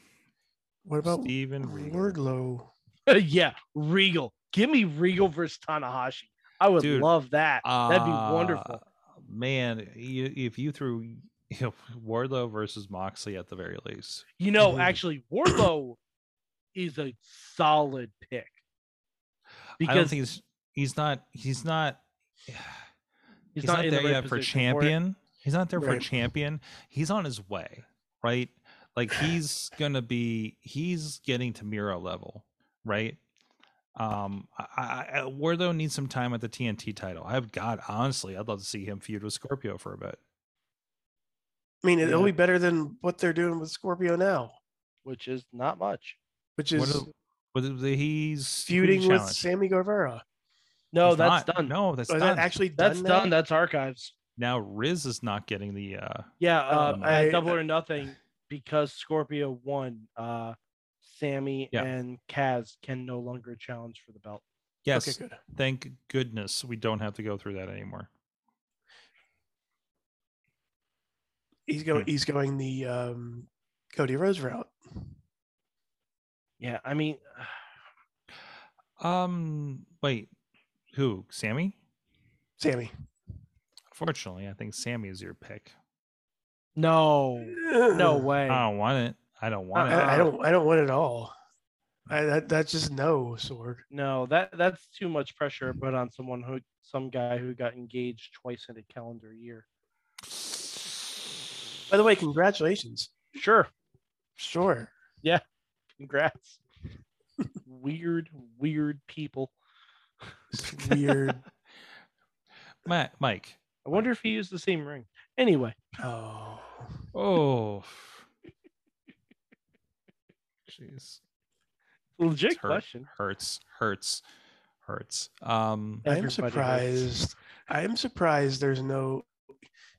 S4: What about
S2: Steven Regal.
S4: Wardlow?
S3: Uh, yeah, Regal. Give me Regal versus Tanahashi. I would
S2: Dude,
S3: love that. That'd be wonderful.
S2: Uh, Man, you, if you threw you know, Wardlow versus Moxley at the very least,
S3: You know,
S4: mhm.
S3: actually, Wardlow is a solid pick
S2: I don't
S3: because
S2: think he's he's not he's not he's,
S3: he's,
S2: not,
S3: not, in
S2: there
S3: the right
S2: yet for
S3: position it.
S2: champion. He's not there for a
S4: Right.
S2: champion. He's on his way, right? Like he's gonna be. He's getting to Miro level, right? Um, I, I, I- Wardlow needs some time at the TNT title. I've God, honestly, I'd love to see him feud with Scorpio for a bit.
S4: I mean, it'll
S3: Yeah.
S4: be better than what they're doing with Scorpio now,
S3: which is not much.
S4: which
S2: What
S4: is
S2: is- But the- the- he's who did he
S4: feuding with
S2: challenge?
S4: Sammy Guevara.
S3: No,
S2: He's
S3: that's
S2: not.
S3: done.
S2: No, that's
S4: Oh, Is
S2: done.
S4: that actually done?
S3: that's
S4: now?
S3: done. That's archives.
S2: now Riz is not getting the uh
S3: Yeah, uh,
S2: Um,
S4: I-
S3: at Double or Nothing because Scorpio won. Uh, Sammy
S2: Yeah.
S3: and Kaz can no longer challenge for the belt.
S2: yes.
S4: Okay, good.
S2: Thank goodness we don't have to go through that anymore.
S4: He's going.
S2: Hmm.
S4: He's going the um, Cody Rhodes route.
S3: Yeah, I mean,
S2: Um, wait, who? Sammy?
S4: Sammy.
S2: Unfortunately, I think Sammy is your pick.
S3: no, no way.
S2: I don't want it. I don't want it.
S4: I, I
S3: Uh-uh.
S4: don't. I don't want it all. I, that, that's just no sword.
S3: No, that that's too much pressure put on someone who some guy who got engaged twice in a calendar year.
S4: By the way, congratulations.
S3: Sure.
S4: Sure.
S3: Congrats. weird, weird people.
S4: It's weird.
S2: Matt, Mike.
S3: I wonder if he used the same ring. Anyway,
S4: oh.
S2: Oh. Jeez.
S3: legit
S2: It's hurt-
S3: question.
S2: Hurts. Hurts. Hurts. Um
S3: Everybody
S4: I'm
S3: hurts.
S4: surprised. I am surprised there's no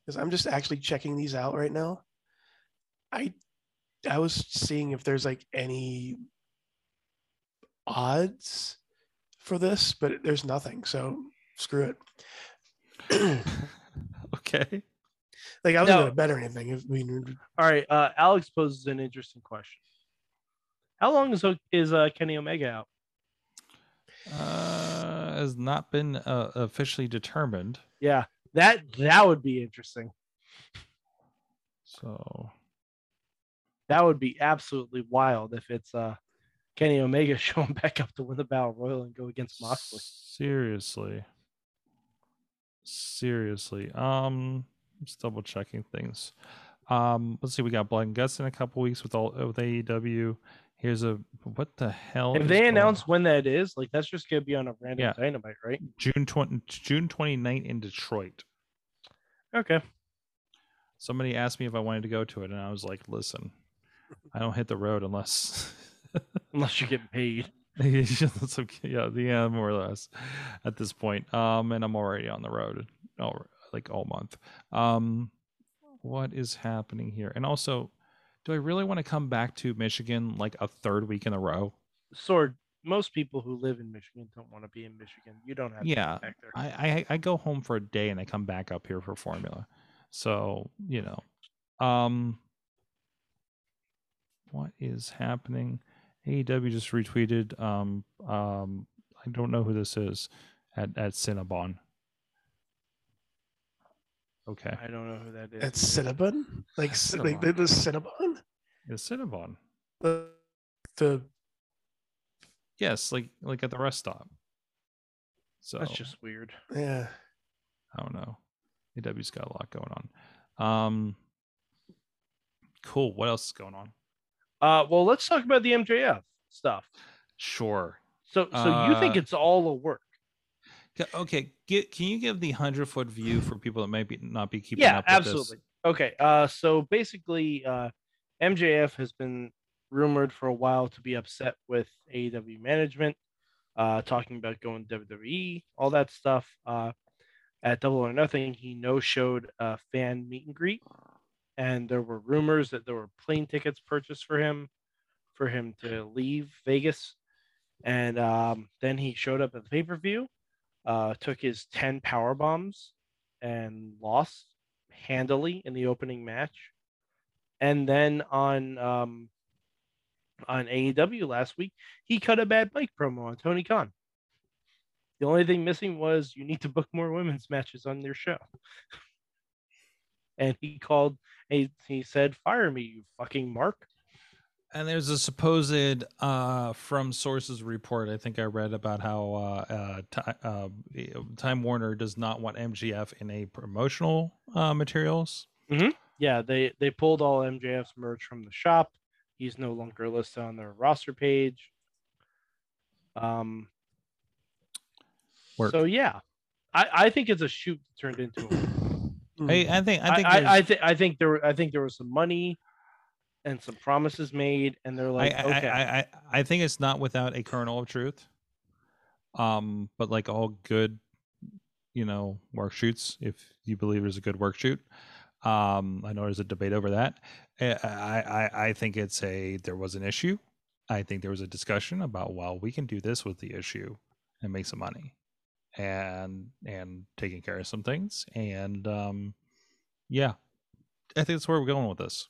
S4: because I'm just actually checking these out right now. I I was seeing if there's like any odds for this, but there's nothing. So screw it.
S2: okay.
S4: like I was
S3: No.
S4: gonna bet or anything. If, I mean,
S3: All right, uh, Alex poses an interesting question. How long is O- is uh, Kenny Omega out?
S2: Uh has not been uh, officially determined.
S3: Yeah, that that would be interesting.
S2: So
S3: That would be absolutely wild if it's uh, Kenny Omega showing back up to win the Battle Royal and go against Moxley.
S2: Seriously. Seriously. Um just double checking things. Um let's see we got Blood and Guts in a couple weeks with all with AEW. Here's a what the hell
S3: If
S2: is
S3: they
S2: going
S3: announce
S2: on?
S3: when that is, like that's just gonna be on a random
S2: Yeah.
S3: dynamite, right?
S2: June 20 June 29th in Detroit.
S3: Okay.
S2: Somebody asked me if I wanted to go to it and I was like, "Listen, I don't hit the road unless
S3: Unless you're getting paid.
S2: yeah, that's okay. yeah, the- yeah, more or less at this point. Um, and I'm already on the road all like all month. Um, what is happening here? And also, do I really want to come back to Michigan like a third week in a row?
S3: Sword, most people who live in Michigan don't want to be in Michigan. You don't have to
S2: Yeah,
S3: be back there.
S2: I, I I go home for a day and I come back up here for formula. So you know, um, what is happening? AEW just retweeted. Um, um, I don't know who this is at at Cinnabon. Okay,
S3: I don't know who that is.
S4: it's Cinnabon, like c- like the,
S2: Cinnabon.
S4: the Cinnabon,
S2: it's Cinnabon.
S4: the, the
S2: Yes, like like at the rest stop. So
S3: That's just weird.
S4: yeah.
S2: I don't know. AW's got a lot going on. Um, cool. What else is going on?
S3: Uh, well, let's talk about the MJF stuff.
S2: Sure.
S3: So, so you think
S2: Uh,
S3: it's all a work?
S2: Ca- Okay. Get, can you give the hundred foot view for people that might be not be keeping
S3: Yeah,
S2: up? with this?
S3: absolutely. Okay. Uh, so basically, uh, MJF has been rumored for a while to be upset with AEW management, uh, talking about going to WWE, all that stuff. Uh, at Double or Nothing, he no showed a fan meet and greet, and there were rumors that there were plane tickets purchased for him, for him to leave Vegas, and um, then he showed up at the pay per view, uh, took his ten power bombs, and lost handily in the opening match. And then on um, on AEW last week, he cut a bad bike promo on Tony Khan. The only thing missing was you need to book more women's matches on your show. And he called and he said, Fire me, you fucking Mark.
S2: And there's a supposed, uh, from sources report, I think I read about how uh, uh, Ti- uh, eh, Time Warner does not want MGF in a promotional uh, materials.
S3: Yeah, they they pulled all MJF's merch from the shop. He's no longer listed on their roster page. Um.
S2: Work.
S3: So yeah, I I think it's a shoot that turned into a.
S2: I, I think. I
S3: Mm-hmm. I
S2: think.
S3: think I, I,
S2: there's-
S3: thi- I think there were- I think there was some money and some promises made, and they're like,
S2: I,
S3: okay,
S2: I, I, I, I think it's not without a kernel of truth. Um, but like all good, you know, work shoots, if you believe there's a good work shoot. Um, I know there's a debate over that. Eh, I, I, I- I think it's a there was an issue. I think there was a discussion about well, we can do this with the issue and make some money, and and taking care of some things, and um, yeah, I think that's where we're going with this.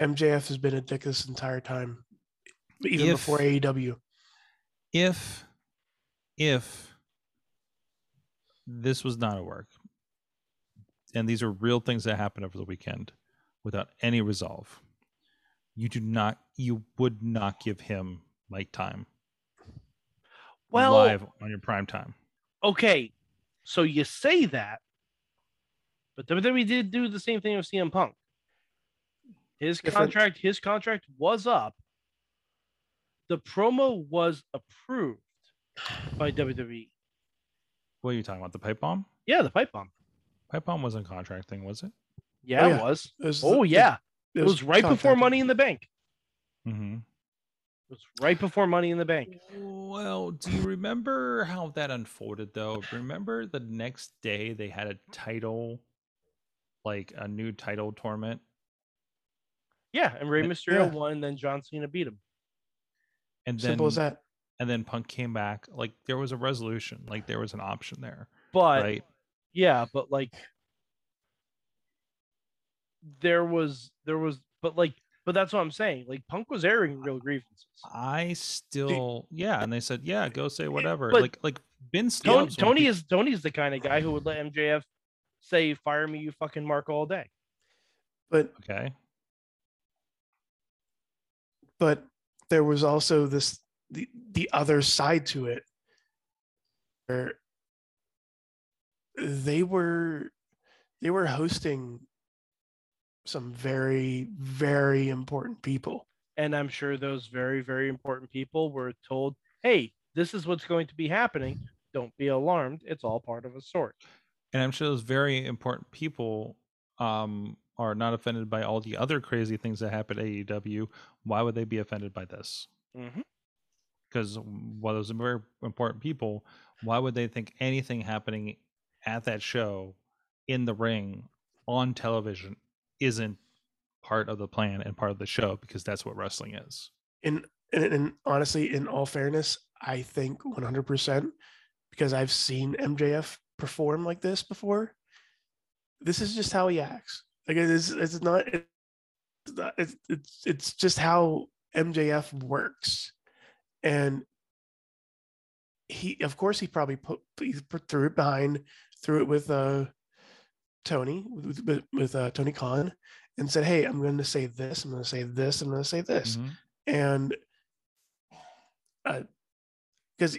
S4: MJF has been a dick this entire time, even
S2: If-
S4: before E AEW.
S2: if if this was not a work and these are real things that happened over the weekend without any resolve you do not you would not give him like time
S3: well,
S2: live on your prime time
S3: okay, so you say that, but WWE did do the same thing with CM Punk. His
S4: Different.
S3: contract, his contract was up. The promo was approved by WWE.
S2: what are you talking about the pipe bomb
S3: Yeah, the pipe bomb.
S2: pipe bomb wasn't contracting was it
S3: Yeah,
S4: yeah.
S3: it was.
S4: It was-
S3: Oh
S4: it-
S3: yeah, it was right before
S4: contacted.
S3: Money in the Bank.
S2: mm-hmm
S3: It was right before Money in the Bank.
S2: Well, do you remember how that unfolded though? Remember the next day they had a title, like a new title tournament,
S3: Yeah, and Rey
S2: Yeah.
S3: Mysterio
S4: Yeah.
S3: won, then John Cena beat him.
S2: and then
S4: Simple as that.
S2: and then Punk came back. Like there was a resolution, like there was an option there,
S3: But
S2: right?
S3: yeah, but like there was there was but like but that's what I'm saying. Like Punk was airing real grievances.
S2: I still, yeah, and they said, yeah, go say whatever.
S3: but-
S2: like like Vince
S3: Tony,
S2: loves when
S3: Tony
S2: peop-
S3: is Tony's the kind of guy who would let MJF say fire me you fucking mark all day.
S4: But
S2: okay.
S4: but there was also this the, the other side to it where they were they were hosting some very very important people
S3: And I'm sure those very very important people were told, "Hey, this is what's going to be happening. Don't be alarmed. It's all part of a sort."
S2: and I'm sure those very important people um, are not offended by all the other crazy things that happen at AEW. Why would they be offended by this?
S3: Mhm.
S2: Because while those are very important people, why would they think anything happening at that show in the ring on television isn't part of the plan and part of the show? Because that's what wrestling is.
S4: and and, and honestly in all fairness i think 100% because i've seen mjf perform like this before this is just how he acts like it is it's not it's not- it's it's, it's just how mjf works and he of course he probably put he put- threw it behind threw it with uh tony with, with- with uh, tony khan and said hey i'm going to say this i'm going to say this i'm going to say this and uh because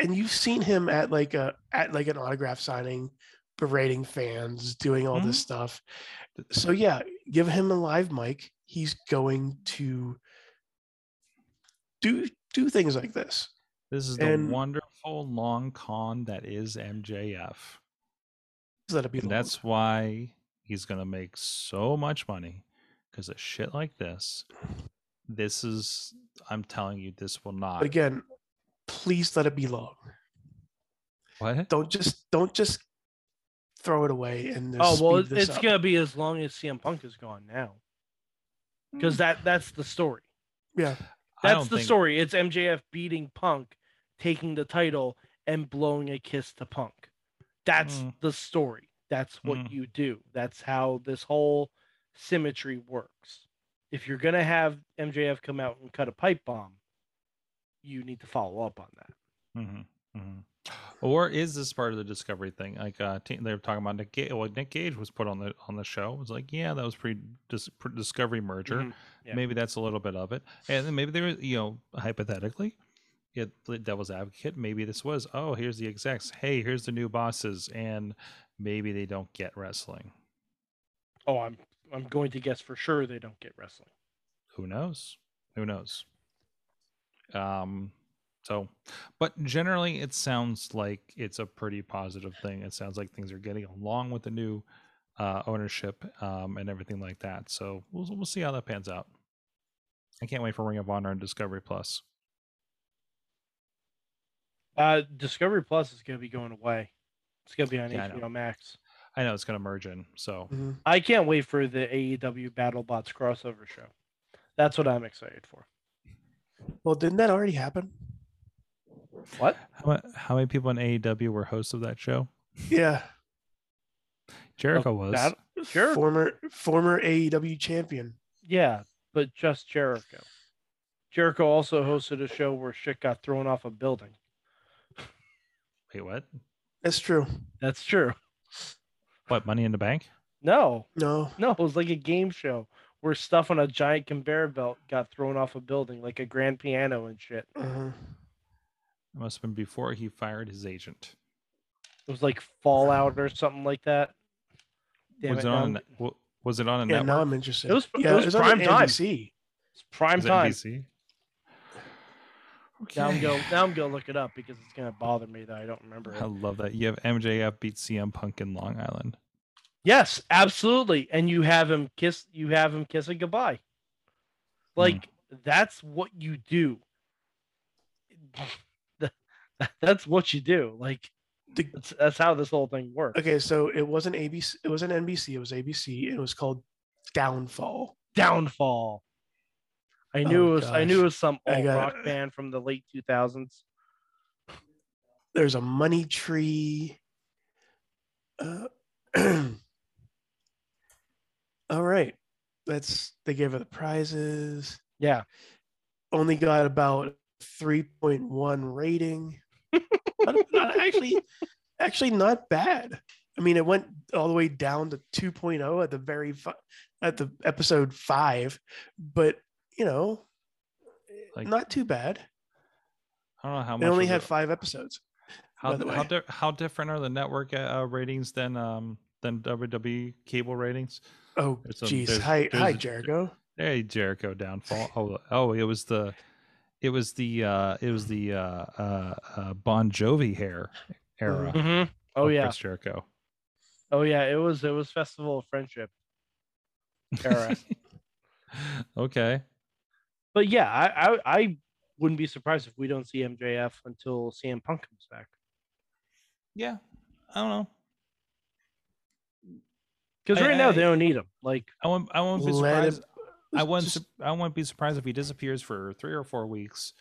S4: and you've seen him at like a at like an autograph signing berating fans doing all this
S3: Mm-hmm.
S4: stuff so yeah give him a live mic he's going to do do things like this
S2: This is the
S4: And-
S2: wonderful long con that is MJF.
S4: so that'll be
S2: And
S4: long.
S2: that's why he's going to make so much money because of shit like this. This is, I'm telling you, this will not.
S4: but again please let it be long
S2: what?
S4: don't just don't just throw it away and just
S3: Oh well,
S4: speed this
S3: it's
S4: up.
S3: gonna be as long as CM Punk is gone now, because that that's the story.
S4: yeah
S2: I
S3: That's
S2: don't
S3: the
S2: think-
S3: story. It's MJF beating Punk, taking the title, and blowing a kiss to Punk. That's
S2: Mm.
S3: the story. That's what
S2: Mm.
S3: you do. That's how this whole symmetry works. If you're gonna have MJF come out and cut a pipe bomb, you need to follow up on that.
S2: Mhm, mhm. Or is this part of the discovery thing? Like uh, t- they were talking about Nick Gage. Well, Nick Gage was put on the on the show. It was like, yeah, that was pre, dis- pre- discovery merger.
S3: Mhm. Yeah.
S2: Maybe that's a little bit of it, and then maybe there, was, you know, hypothetically, it the devil's advocate. Maybe this was, oh, here's the execs. Hey, here's the new bosses, and maybe they don't get wrestling.
S3: Oh, I'm I'm going to guess for sure they don't get wrestling.
S2: who knows who knows um so but generally it sounds like it's a pretty positive thing it sounds like things are getting along with the new uh ownership um and everything like that so we'll, we'll see how that pans out i can't wait for ring of honor and discovery plus
S3: Uh, Discovery Plus is going to be going away. It's going to be on
S2: Yeah, I know.
S3: HBO Max.
S2: i know it's going to merge in so
S4: Mhm.
S3: I can't wait for the E AEW BattleBots crossover show. That's what I'm excited for.
S4: Well, didn't that already happen?
S3: What?
S2: how, mu- how many people in aew were hosts of that show
S4: Yeah.
S2: jericho was
S3: Oh, That- Sure.
S4: Former former AEW champion.
S3: Yeah, but just Jericho. Jericho also hosted a show where shit got thrown off a building.
S2: wait what
S4: That's true.
S3: That's true.
S2: what money in the bank
S3: No,
S4: No.
S3: no, it was like a game show where stuff on a giant conveyor belt got thrown off a building, like a grand piano and shit.
S4: Uh-huh.
S2: it must have been before he fired his agent
S3: It was like Fallout or something like that. Damn
S2: was
S3: it,
S2: it
S3: now
S2: on a
S3: I'm
S2: ne- wa- was it on a
S4: Yeah,
S2: network
S4: now I'm interested.
S3: It was-
S4: yeah,
S3: it was
S4: on
S3: prime time.
S4: NBC.
S3: It's prime
S2: Is it
S3: time.
S2: NBC? Okay.
S3: Now I'm going. Now I'm going to look it up because it's going to bother me that I don't remember.
S2: I
S3: It.
S2: love that. You have MJF beat CM Punk in Long Island.
S3: Yes, absolutely. And you have him kiss. You have him kissing goodbye.
S4: Hmm.
S3: Like that's what you do. That- that's what you do. Like
S4: The-
S3: that's, that's how this whole thing works.
S4: Okay, so it wasn't ABC. It wasn't NBC. It was ABC. It was called Downfall.
S3: Downfall. I knew
S4: Oh,
S3: it was. I knew
S4: gosh.
S3: it was some
S4: I
S3: old
S4: got-
S3: rock band from the late two thousands.
S4: There's a money tree. Uh, all right, that's they gave her the prizes.
S3: Yeah.
S4: Only got about 3.1 rating. Not- not actually, actually not bad. I mean, it went all the way down to 2.0 at the very fi- at the episode five, but you know,
S2: Like-
S4: not too bad.
S2: I don't know how
S4: They
S2: much.
S4: only
S2: was
S4: had
S2: it-
S4: five episodes.
S2: how,
S4: by the
S2: how,
S4: way.
S2: di- how different are the network uh, uh, ratings than um than WWE cable ratings?
S4: Oh,
S2: There's some-
S4: jeez.
S2: there's-
S4: Hi,
S2: there's
S4: hi,
S2: a-
S4: Jericho.
S2: Hey, Jericho downfall. Oh, oh, it was the, it was the uh it was the uh uh, uh Bon Jovi hair era.
S3: Mm-hmm. Oh
S2: of
S3: yeah.
S2: Chris Jericho.
S3: Oh yeah. It was. It was Festival of Friendship. Era.
S2: okay.
S3: But yeah, I, I I wouldn't be surprised if we don't see MJF until CM Punk comes back.
S2: Yeah. I don't know.
S3: Because
S2: I-
S3: right now
S2: I-
S3: they don't need him. Like
S2: I won't. I won't be
S4: Let him-
S2: surprised. I wouldn't.
S4: Just-
S2: sup- I wouldn't be surprised if he disappears for three or four weeks.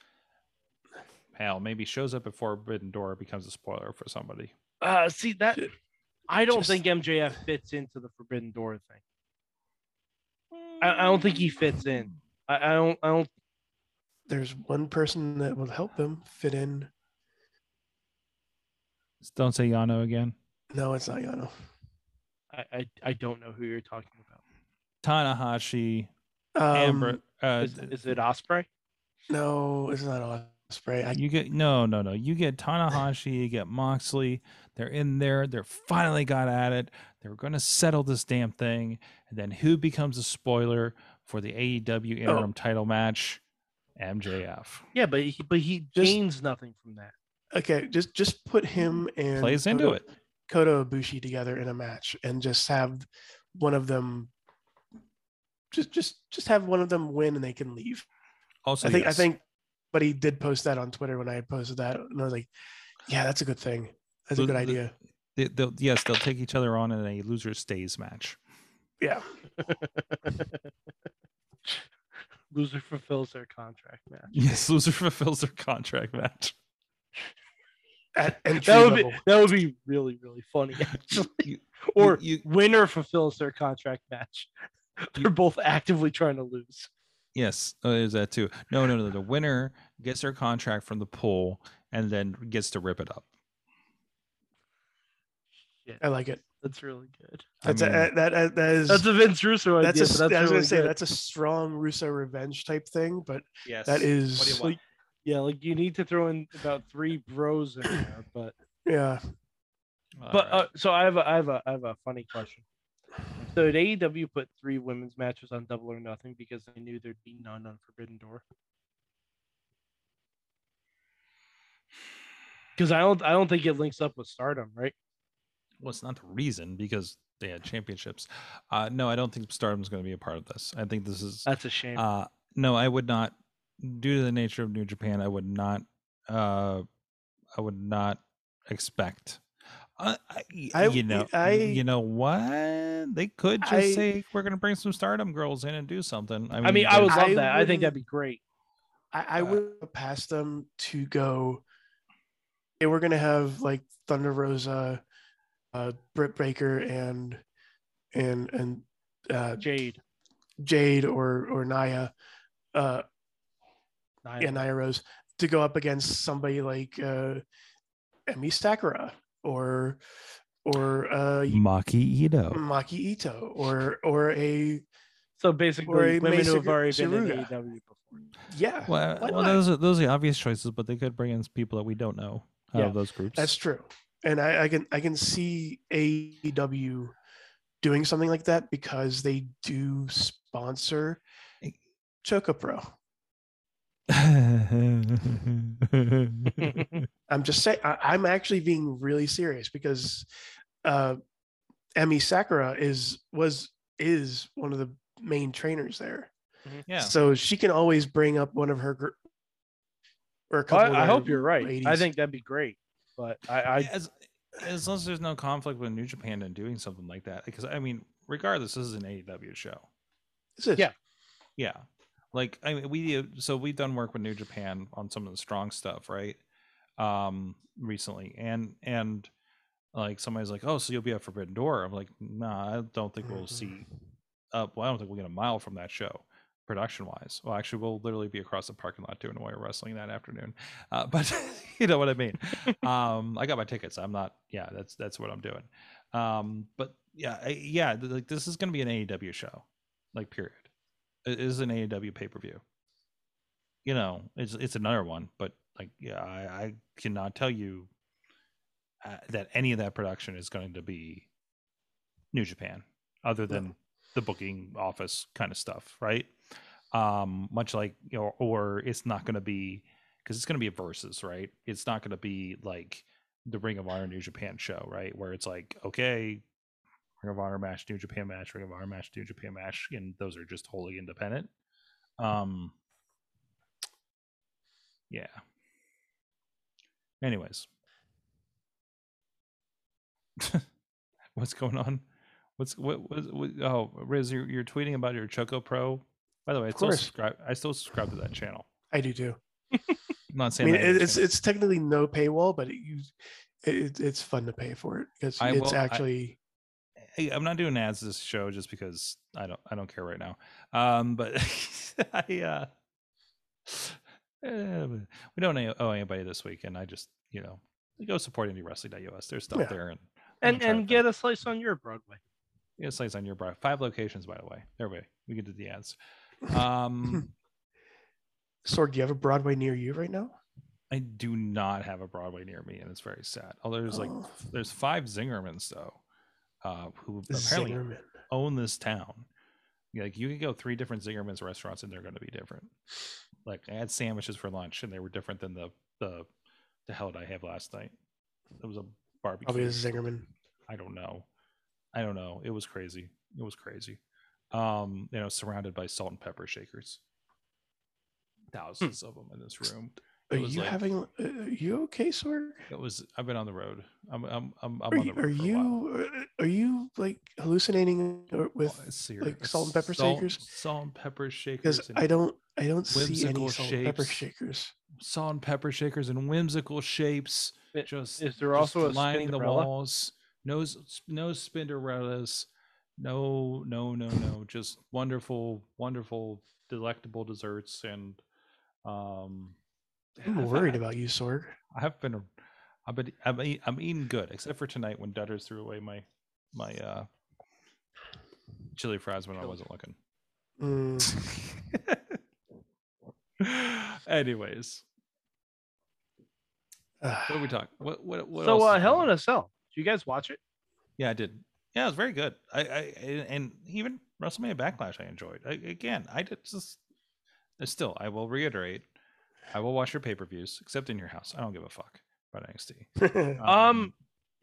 S2: Hell, maybe shows up at Forbidden Door becomes a spoiler for somebody.
S3: uh see that
S4: Ju-
S3: I don't
S4: just-
S3: think MJF fits into the Forbidden Door thing. I, I don't think he fits in. I, I don't I don't
S4: There's one person that will help them fit in.
S2: Don't say Yano again.
S4: No, it's not Yano.
S3: I, I, I don't know who you're talking about.
S2: Tanahashi,
S4: Um,
S2: Amber. Uh,
S3: Is, is it Osprey?
S4: No, it's not Osprey. I,
S2: you get no, no, no. You get Tanahashi. You get Moxley. They're in there. They're finally got at it. They're going to settle this damn thing. And then who becomes a spoiler for the AEW
S4: Oh.
S2: interim title match? MJF
S3: Yeah, but he but he
S4: Just-
S3: gains nothing from that.
S4: okay, just just put him and
S2: plays
S4: Kota-
S2: into it.
S4: Kota Ibushi together in a match and just have one of them just just just have one of them win and they can leave.
S2: Also,
S4: I think
S2: yes.
S4: I think but he did post that on Twitter when I had posted that and I was like, yeah, that's a good thing. That's a
S2: The-
S4: good
S2: the-
S4: idea.
S2: They, they'll yes, they'll take each other on in a loser stays match.
S4: Yeah.
S3: Loser fulfills their contract match.
S2: Yes, loser fulfills their contract match.
S4: At entry
S3: That would be
S4: level.
S3: that would be really really funny actually.
S2: you-
S3: or
S2: you-
S3: winner fulfills their contract match. They're both actively trying to lose.
S2: Yes, oh, there's that too. No, no, no. The winner gets their contract from the pool and then gets to rip it up.
S3: shit.
S4: I like it.
S3: That's really good.
S2: I
S4: That's a-
S2: mean-
S4: that, that that is
S3: That's a Vince Russo idea.
S4: that's a,
S3: That's, but that's
S4: I was
S3: really
S4: gonna say
S3: good.
S4: that's a strong Russo revenge type thing, but
S2: Yes.
S4: that is
S2: What do you want?
S3: yeah, like you need to throw in about three bros in there, but
S4: yeah.
S2: All
S3: but
S2: right.
S3: uh, so I have a I have a I have a funny question. So did AEW put three women's matches on Double or Nothing because they knew there'd be none on Forbidden Door? Because I don't I don't think it links up with Stardom, right?
S2: well, it's not the reason because they had championships. Uh, no, I don't think Stardom's going to be a part of this. I think this is
S3: That's a shame.
S2: Uh, no, I would not. Due to the nature of New Japan, I would not. Uh, I would not expect. Uh, I,
S4: I-
S2: you know,
S4: I-
S2: you know what? They could just
S4: I-
S2: say we're going to bring some Stardom girls in and do something. I mean,
S3: I mean, I would
S2: there's-
S3: love
S4: I
S3: that. I think
S4: wouldn't-
S3: that'd be great.
S4: I, I
S2: Uh,
S4: would pass them to go. They were gonna have like Thunder Rosa, uh, Britt Baker, and and and uh,
S3: Jade,
S4: Jade or or Naya, uh,
S3: Nia.
S4: yeah, Naya Rose to go up against somebody like uh, Emi Sakura or or uh,
S2: Maki Ito.
S4: Maki Ito or or a
S3: So basically,
S4: a
S3: women who
S4: Mesa
S3: have already been in E AEW
S4: Suruga.
S3: before.
S4: yeah.
S2: Well,
S4: Why
S2: well
S4: not?
S2: those are those are the obvious choices, but they could bring in people that we don't know out
S3: Yeah,
S2: of those groups.
S4: That's true, and I, I can I can see AEW doing something like that because they do sponsor Chocopro. I'm just saying I, I'm actually being really serious because uh, Emmy Sakura is was is one of the main trainers there,
S2: yeah.
S4: so she can always bring up one of her gr- or a couple. of
S3: I, I
S4: their
S3: hope you're right. I
S4: ladies.
S3: think that'd be great. But I, I
S2: as as long as there's no conflict with New Japan and doing something like that, because I mean, regardless, this is an AEW show.
S4: This is-
S3: yeah.
S2: Yeah, like I mean, we uh, so we've done work with New Japan on some of the strong stuff, right? Um, recently, and and like somebody's like, oh, so you'll be at Forbidden Door? I'm like, nah, I don't think we'll
S4: Mhm.
S3: Mm-hmm.
S2: see. Uh, well, I don't think we'll get a mile from that show, production wise. Well, actually, we'll literally be across the parking lot doing Warrior Wrestling that afternoon. Uh, but you know what I mean. um, I got my tickets. I'm not. Yeah, that's that's what I'm doing. Um, but yeah, I, yeah, th- like this is gonna be an AEW show, like period. It is an AEW pay per view. You know, it's it's another one, but like yeah, I, I cannot tell you uh, that any of that production is going to be New Japan, other than the booking office kind of stuff, right? Um, much like you know, or it's not going to be because it's going to be a versus, right? It's not going to be like the Ring of Honor New Japan show, right? Where it's like, okay, Ring of Honor match, New Japan match, Ring of Honor match, New Japan match, and those are just wholly independent. Um, yeah. Anyways, what's going on? What's what was what, oh Riz? You're, you're tweeting about your Choco Pro. By the way, I
S4: Of
S2: still
S4: course.
S2: subscribe. I still subscribe to that channel.
S4: I do too.
S2: I'm not
S4: I
S2: saying
S4: mean,
S2: that you're
S4: it, it's
S2: saying-
S4: it's technically no paywall, but it, you, it, it's fun to pay for it because
S2: I
S4: it's
S2: will- I-
S4: actually
S2: Hey, I'm not doing ads this show just because I don't I don't care right now. Um, but I uh, eh, we don't owe anybody this week, and I just you know go support indiewrestling.us. There's stuff
S4: Yeah.
S2: there, and
S3: and
S2: try
S3: and
S2: to
S3: get a slice on your Broadway.
S2: yeah, sites on your bra. Five locations, by the way. There we we get to the ads. Um,
S4: Sorg. Do you have a Broadway near you right now?
S2: I do not have a Broadway near me, and it's very sad. Although there's like
S4: Oh.
S2: f- there's five Zingermans though, uh, who apparently
S4: Zingerman.
S2: own this town. Yeah, Like you can go three different Zingerman's restaurants and they're going to be different. Like I had sandwiches for lunch and they were different than the the the hell did I have last night? It was a barbecue.
S4: Probably a Zingerman.
S2: I don't know. I don't know. It was crazy. It was crazy. Um, you know, surrounded by salt and pepper shakers. Thousands
S4: Hmm.
S2: of them in this room.
S4: Are
S2: It was
S4: you
S2: like-
S4: having? Uh, are you okay, Sorg?
S2: It was. I've been on the road. I'm. I'm. I'm, I'm
S4: Are
S2: on
S4: you
S2: the road.
S4: are
S2: for a while.
S4: you, uh, are you like hallucinating or- with?
S2: Oh, it's
S4: like, salt
S2: serious.
S4: and pepper
S2: Salt-
S4: shakers?
S2: Salt and pepper shakers.
S4: Because
S2: and-
S4: I don't I don't see
S2: whimsical
S4: any salt and pepper
S2: shapes.
S4: shakers.
S2: salt and pepper shakers in whimsical shapes,
S3: I-
S2: just,
S3: Is there
S2: just
S3: also a
S2: lining the
S3: Spinderella?
S2: walls. No, s- no spinderellas. No, no, no, no. Just wonderful, wonderful, delectable desserts. And um, yeah,
S4: I'm
S2: I've-
S4: worried
S2: I-
S4: about you, Sorg.
S2: I've been, I've been, I'm, eat, I'm eating good, except for tonight when Dutters threw away my my uh, chili fries when I
S3: Chili.
S2: wasn't looking.
S4: Mm,
S2: Anyways,
S4: ah.
S2: what are we talking? What what what?
S3: so
S2: else
S3: uh,
S2: is
S3: Hell
S2: going
S3: in
S2: on?
S3: a Cell. Do you guys watch it?
S2: Yeah, I did. Yeah, it was very good. I, I and and even WrestleMania Backlash, I enjoyed. I, again, I did just. Still, I will reiterate, I will watch your pay per views, except in your house. I don't give a fuck about NXT.
S3: Um,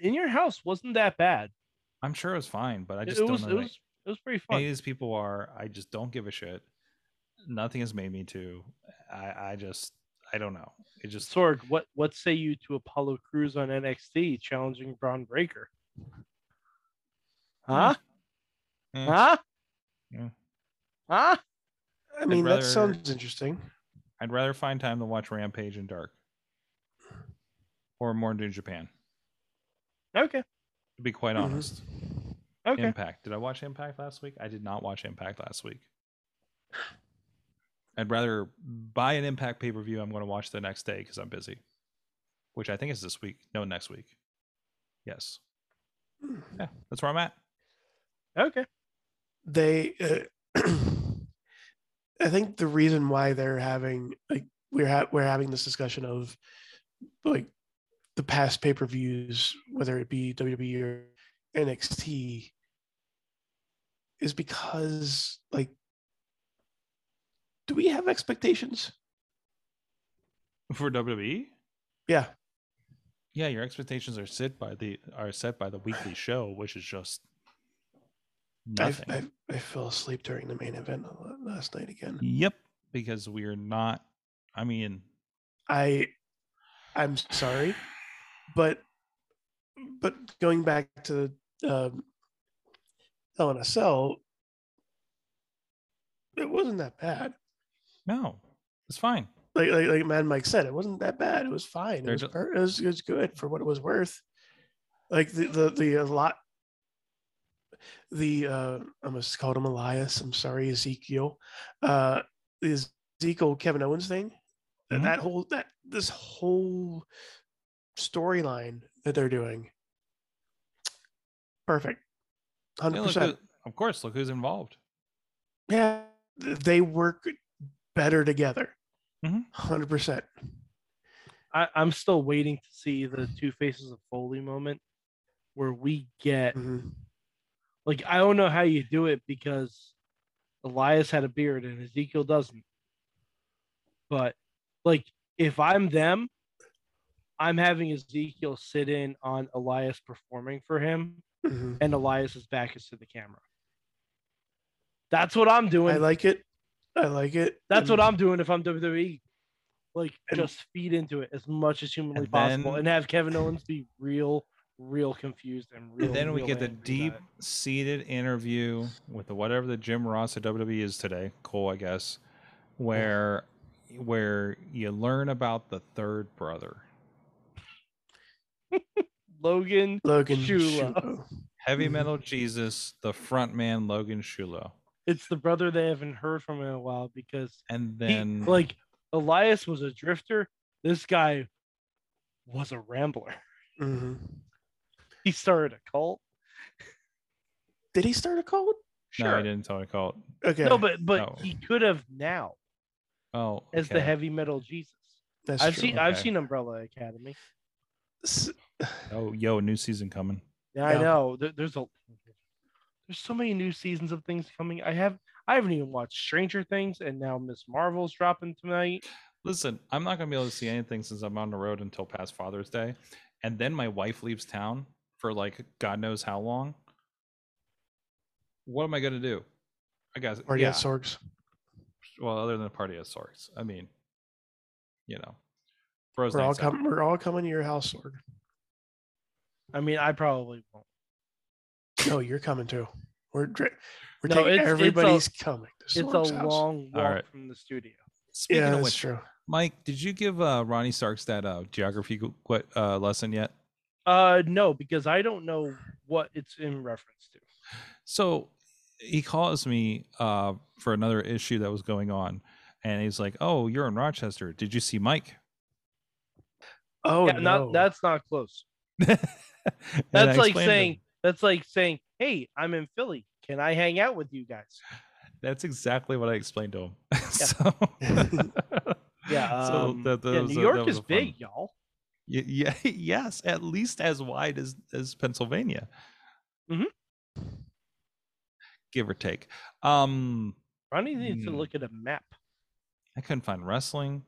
S3: In Your House wasn't that bad.
S2: I'm sure it was fine, but I
S3: It-
S2: just
S3: it
S2: don't
S3: was
S2: know.
S3: it
S2: that
S3: was it was pretty
S2: any
S3: fun.
S2: of these people are. I just don't give a shit. Nothing has made me to. I, I just, I don't know. It just
S3: Sorg, what what say you to Apollo Cruz on NXT challenging Braun Breaker? Huh?
S2: eh.
S3: Huh?
S2: Yeah.
S3: Huh?
S4: I mean,
S2: rather-
S4: that sounds interesting.
S2: I'd rather find time to watch Rampage and Dark, or more New Japan.
S3: Okay.
S2: To be quite
S4: Mhm.
S2: honest,
S3: Okay.
S2: Impact. Did I watch Impact last week? I did not watch Impact last week. I'd rather buy an Impact pay per view. I'm going to watch the next day because I'm busy, which I think is this week. No, next week. Yes.
S4: Mm-hmm.
S2: Yeah, that's where I'm at.
S3: Okay.
S4: They, uh, I think the reason why they're having like we're ha- we're having this discussion of like the past pay per views, whether it be WWE or NXT, is because like, do we have expectations?
S2: For WWE?
S4: Yeah,
S2: Yeah, your expectations are set by the are set by the weekly show, which is just
S4: I,
S2: nothing.
S4: I I fell asleep during the main event last night again.
S2: Yep, because we're not. I mean,
S4: I I'm sorry, but but going back to um, LNSL, it wasn't that bad.
S2: no, it's fine.
S4: Like like, like Mad Mike said, it wasn't that bad. It was fine. It
S2: They're
S4: was,
S2: ju-
S4: per- it was it was good for what it was worth. Like the the the a lot. The uh, I must call him Elias. I'm sorry, Ezekiel. Uh, the Ezekiel Kevin Owens thing. that-
S2: Mhm.
S4: That whole that this whole storyline that they're doing. Perfect.
S2: Yeah,
S4: Hundred
S2: look
S4: percent.
S2: who- of course, look who's involved.
S4: Yeah, th- they work better together.
S2: Mhm.
S4: 100 percent.
S3: I, I'm still waiting to see the two faces of Foley moment where we get
S4: Mm-hmm.
S3: like I don't know how you do it because Elias had a beard and Ezekiel doesn't. But like if I'm them, I'm having Ezekiel sit in on Elias performing for him
S4: Mm-hmm.
S3: and Elias's back is to the camera. That's what I'm doing.
S4: I like it. I like it.
S3: That's what
S4: And-
S3: I'm doing if I'm WWE. Like
S4: And-
S3: just feed into it as much as humanly
S2: And
S3: possible
S2: then-
S3: and have Kevin Owens be real, real confused and real.
S2: And then we
S3: real
S2: get the
S3: angry about
S2: deep
S3: it.
S2: seated interview with the, whatever the Jim Ross of WWE E is today. Cool, I guess. Where where you learn about the third brother.
S3: Logan
S4: Logan
S3: Shula.
S4: Shulo.
S2: Heavy
S4: Mhm.
S3: Mm-hmm.
S2: Metal Jesus, the front man Logan Shulo.
S3: it's the brother they haven't heard from in a while because
S2: And
S3: he-
S2: then
S3: like Elias was a drifter. This guy was a rambler.
S4: Mhm.
S3: He started a cult.
S4: Did he start a cult?
S2: no, I didn't tell you call it.
S4: Okay.
S3: No, but but
S2: No.
S3: he could have now
S2: Oh,
S3: as the
S2: okay.
S3: heavy metal Jesus.
S4: that's
S3: I've
S4: true.
S3: seen I've
S2: Okay.
S3: seen Umbrella Academy.
S4: S-
S2: Oh, yo, new season coming.
S3: Yeah, I
S4: Yeah.
S3: know. There, there's a there's so many new seasons of things coming. I have I haven't even watched Stranger Things, and now Miss Marvel's dropping tonight.
S2: Listen, I'm not gonna be able to see anything since I'm on the road until past Father's Day, and then my wife leaves town for like God knows how long. What am I gonna do? I guess
S4: Or
S2: yeah.
S4: yeah, Sorgs.
S2: well, other than a party at Sark's, I mean, you know, bros.
S4: We're all
S2: nights out.
S4: coming. We're all coming to your house, Sorg.
S3: I mean, I probably won't.
S4: No, you're coming too. We're dri- we're
S3: No,
S4: taking
S3: it's- it's a-
S4: everybody's coming. To
S3: It's
S4: Sorg's
S3: a
S4: house.
S3: long walk
S2: All right.
S3: from the studio.
S2: Speaking
S4: Yeah,
S2: of
S4: that's
S2: which,
S4: true.
S2: Mike, did you give uh, Ronnie Sark's that uh, geography gu- what, uh, lesson yet?
S3: Uh, no, because I don't know what it's in reference to.
S2: So he calls me uh, for another issue that was going on, and he's like, "Oh, you're in Rochester. Did you see Mike?"
S4: Oh,
S3: yeah,
S4: no.
S3: not that's not close.
S2: And I
S3: That's like
S2: explained to
S3: saying that's like saying, "Hey, I'm in Philly. Can I hang out with you guys?"
S2: That's exactly what I explained to him. so,
S3: Yeah.
S2: So
S3: um,
S2: that- that
S3: yeah,
S2: was a-
S3: New
S2: that
S3: York
S2: was
S3: is
S2: a fun-
S3: big, y'all.
S2: Y- yeah, yes, at least as wide as as Pennsylvania,
S3: Mhm.
S2: give or take. Um,
S3: Ronnie needs to
S2: Hmm.
S3: look at a map.
S2: I couldn't find wrestling.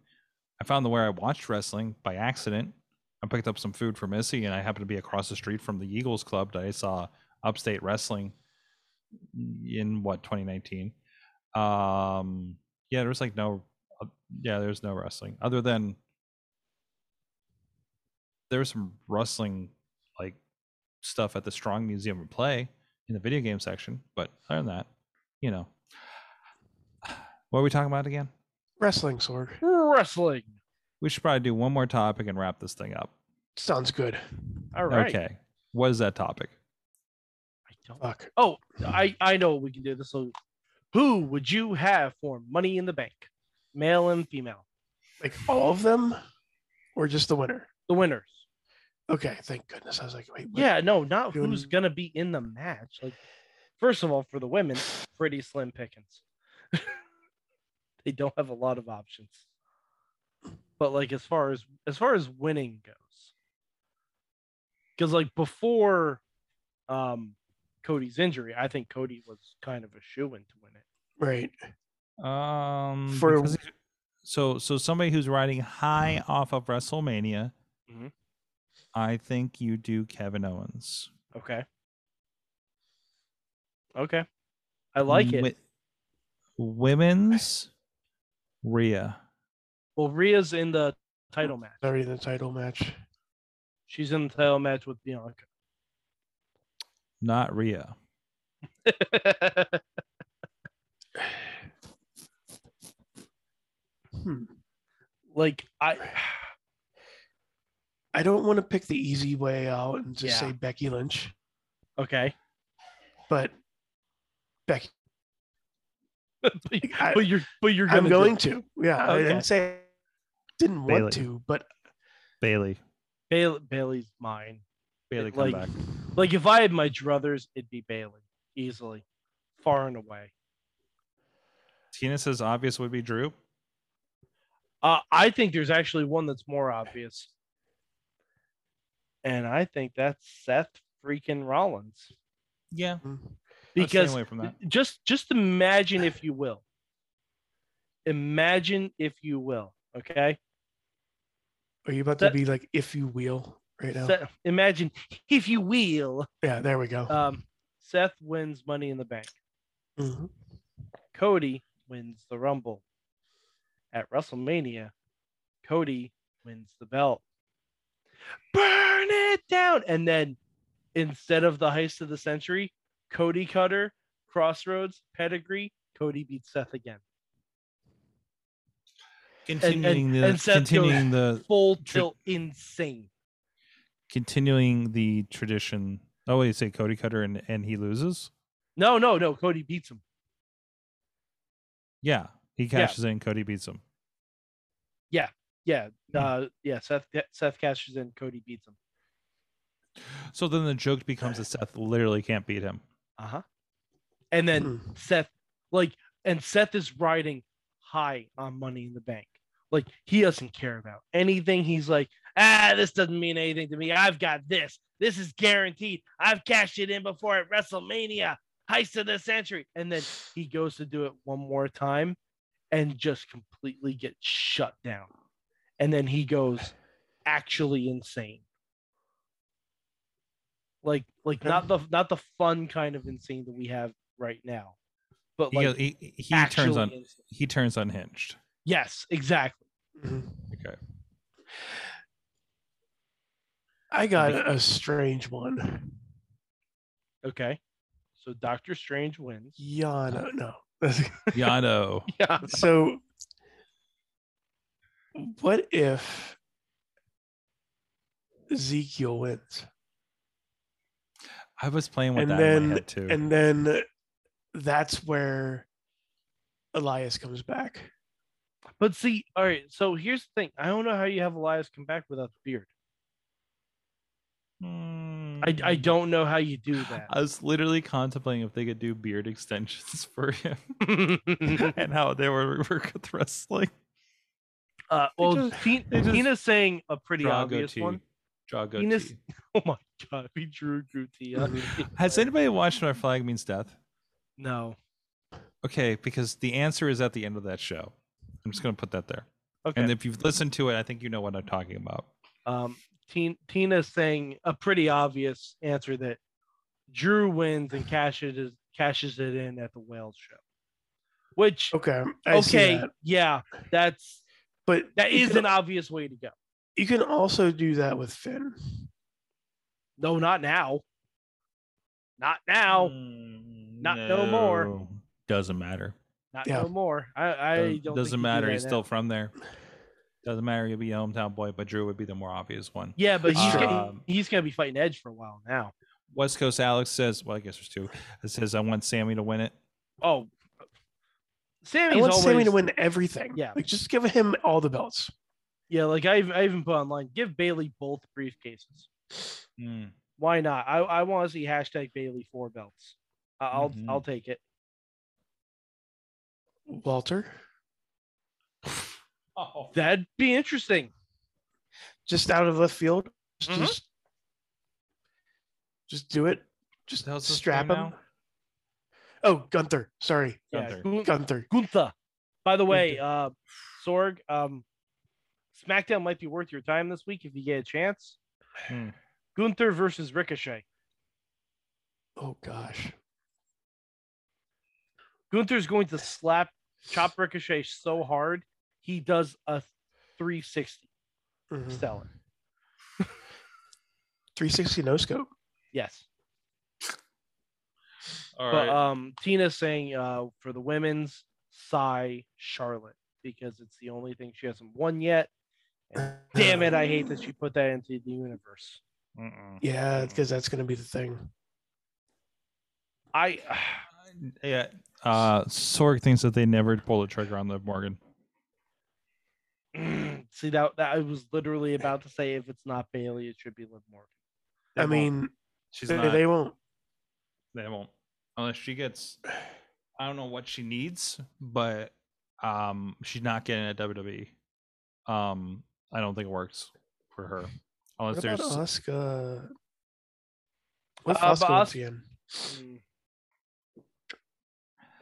S2: I found the where I watched wrestling by accident. I picked up some food for Missy, and I happened to be across the street from the Eagles Club that I saw Upstate Wrestling in what 2019. Um, yeah, there was like no, uh, yeah, there's no wrestling other than there was some wrestling like stuff at the Strong Museum of Play in the video game section, but other than that, you know, what are we talking about again?
S4: Wrestling Sorg.
S3: Wrestling.
S2: We should probably do one more topic and wrap this thing up.
S4: Sounds good.
S3: All right.
S2: Okay. What is that topic?
S3: I don't.
S4: Fuck.
S3: Oh, I I know what we can do this. will- Who would you have for Money in the Bank, male and female?
S4: Like all of them or just the winner?
S3: The winners.
S4: Okay, thank goodness. I was like, wait, what?
S3: Yeah, no, not
S4: Doing-
S3: who's gonna be in the match. Like, first of all, for the women, pretty slim pickings. they don't have a lot of options. But like, as far as as far as winning goes, because like before, um, Cody's injury, I think Cody was kind of a shoe in to win it.
S4: Right.
S2: Um
S4: For-
S2: because if- so so somebody who's riding high off of WrestleMania,
S3: Mhm.
S2: I think you do Kevin Owens.
S3: Okay. Okay. I like it.
S2: Wi- women's Rhea.
S3: Well, Rhea's in the title match.
S4: Already in the title match.
S3: She's in the title match with Bianca.
S2: Not Rhea.
S4: Hmm.
S3: like I
S4: I don't want to pick the easy way out and just
S3: Yeah.
S4: say Becky Lynch,
S3: okay.
S4: but Becky,
S3: but,
S4: I-
S3: but you're but you're gonna
S4: I'm
S3: do
S4: going
S3: it.
S4: to. Yeah, I
S3: Okay.
S4: didn't say didn't want
S2: Bailey.
S4: to, but
S2: Bailey.
S3: Bailey, Bailey's mine.
S2: Bailey
S3: It,
S2: come
S3: like-
S2: back.
S3: Like if I had my druthers, it'd be Bailey easily, far and away.
S2: Tina says obvious would be Drew.
S3: Uh, I think there's actually one that's more obvious, and I think that's Seth freaking Rollins.
S2: Yeah.
S4: mm,
S2: I'd stay
S3: Because
S2: away from that.
S3: just just imagine if you will imagine if you will okay
S4: are you about
S3: That-
S4: to be like if you wheel right now?
S3: Seth- imagine if you will
S4: yeah, there we go.
S3: um, seth wins money in the bank
S4: Mhm.
S3: cody wins the rumble at wrestlemania cody wins the belt burn it down and then instead of the heist of the century cody cutter crossroads pedigree cody beats seth again
S2: Continuing the
S3: and Seth goes-
S2: continuing the
S3: full
S2: Tri-
S3: tilt insane
S2: continuing the tradition. Oh, wait, you say Cody Cutter and, and he loses?
S3: No, no, no. Cody beats him.
S2: Yeah. He
S3: Yeah.
S2: cashes in, Cody beats him.
S3: Yeah, uh, yeah. Seth Seth cashes in. Cody beats him.
S2: So then the joke becomes that Seth literally can't beat him.
S3: Uh huh. And then
S4: Mm.
S3: Seth, like, and Seth is riding high on Money in the Bank. Like he doesn't care about anything. He's like, ah, this doesn't mean anything to me. I've got this. This is guaranteed. I've cashed it in before at WrestleMania, heist of the century. And then he goes to do it one more time, and just completely gets shut down. And then he goes actually insane. Like, like not the not the fun kind of insane that we have right now, but
S2: He,
S3: like
S2: goes- he, he turns
S3: actually
S2: on
S3: insane.
S2: he turns unhinged.
S3: Yes, exactly.
S4: Mhm.
S2: Okay.
S4: I got a a strange one.
S3: Okay. So Doctor Strange wins.
S4: Yana, no.
S2: Yano.
S3: Yeah.
S4: so, what if Ezekiel wins?
S2: I was playing with
S4: And
S2: that in
S4: then-
S2: my head too.
S4: and then that's where Elias comes back.
S3: But see, all right. So here's the thing. I don't know how you have Elias come back without the beard. I,
S2: Mm.
S3: I don't know how you do
S2: Hmm. I was literally contemplating if they could do beard extensions for him
S3: that.
S2: and how they would work with wrestling.
S3: uh, well,
S2: just-
S3: Ti-
S2: they just-
S3: Tina's saying a pretty
S2: Drago
S3: obvious
S2: tea.
S3: one.
S2: Drago
S3: Penis-
S2: tea.
S3: Oh my god, we drew Guti. on the-
S2: Has anybody watched My Flag Means Death?
S3: No.
S2: Okay, because the answer is at the end of that show. I'm just going to put that there.
S3: Okay.
S2: And if you've listened to it, I think you know what I'm talking about.
S3: um, Tina, Tina's saying a pretty obvious answer that Drew wins and cashes it, cashes it in at the Wales show. Which
S4: Okay. I see
S3: okay,
S4: that.
S3: yeah, that's
S4: But
S3: that
S4: you
S3: is
S4: can-
S3: an obvious way to go.
S4: You can also do that with Finn.
S3: No, not now. Not now.
S4: Mm,
S3: not no more.
S2: Hmm, no. Doesn't matter.
S3: Not
S4: Yeah.
S3: no more. I, I
S2: Does- doesn't
S3: don't think you do
S2: matter.
S3: that
S2: He's
S3: now.
S2: still from there. Doesn't matter. You'll be a hometown boy, but Drew would be the more obvious one.
S3: yeah, but he's, gonna,
S2: Um,
S3: he's gonna be fighting Edge for a while now.
S2: West Coast Alex says, well, I guess there's two. It says, I want Sammy to win it.
S3: Oh,
S4: I
S3: Sammy's
S4: want
S3: always
S4: Sammy to win everything.
S3: Yeah.
S4: Like just give him all the belts.
S3: yeah. Like I, I even put online, give Bailey both briefcases.
S2: Hmm.
S3: Why not? I, I want to see hashtag Bailey four belts. I- I'll
S2: Mhm.
S3: I'll take it.
S4: Walter.
S2: Oh,
S3: That'd be interesting.
S4: Just out of left field. Just
S3: Mhm.
S4: just, just do it. Just
S2: The hell's his
S4: strap him.
S2: name now?
S4: Oh, Gunther. Sorry.
S3: Yeah,
S2: Gunther.
S3: Gun-
S4: Gunther.
S3: Gunther. By the way, uh, Sorg, um, SmackDown might be worth your time this week if you get a chance.
S2: Hmm.
S3: Gunther versus Ricochet.
S4: Oh gosh.
S3: Gunther's going to slap chop Ricochet so hard he does a 360
S4: Mhm.
S3: stellar.
S4: 360 no scope.
S3: Yes.
S2: all
S3: but
S2: right.
S3: um Tina's saying uh for the women's sigh Charlotte because it's the only thing she hasn't won yet. And
S4: Hmm.
S3: damn it, I hate that she put that into the universe.
S2: Mm-mm.
S4: Yeah, because that's gonna be the thing.
S3: I
S2: yeah. Uh, Sorg thinks that they never pull the trigger on Liv Morgan.
S3: see that, that I was
S4: Eh.
S3: literally about to say if it's not Bailey, it should be Liv Morgan. They
S4: I
S3: won't.
S4: mean,
S2: She's
S4: they,
S2: not.
S4: they won't.
S2: They won't. Unless she gets, I don't know what she needs, but um, she's not getting at WWE. E. Um, I don't think it works for her.
S4: What
S2: Unless
S4: about
S2: there's,
S4: Oscar?
S3: Uh,
S4: What's
S3: but
S4: Oscar
S3: Os-
S4: in?
S3: Mm.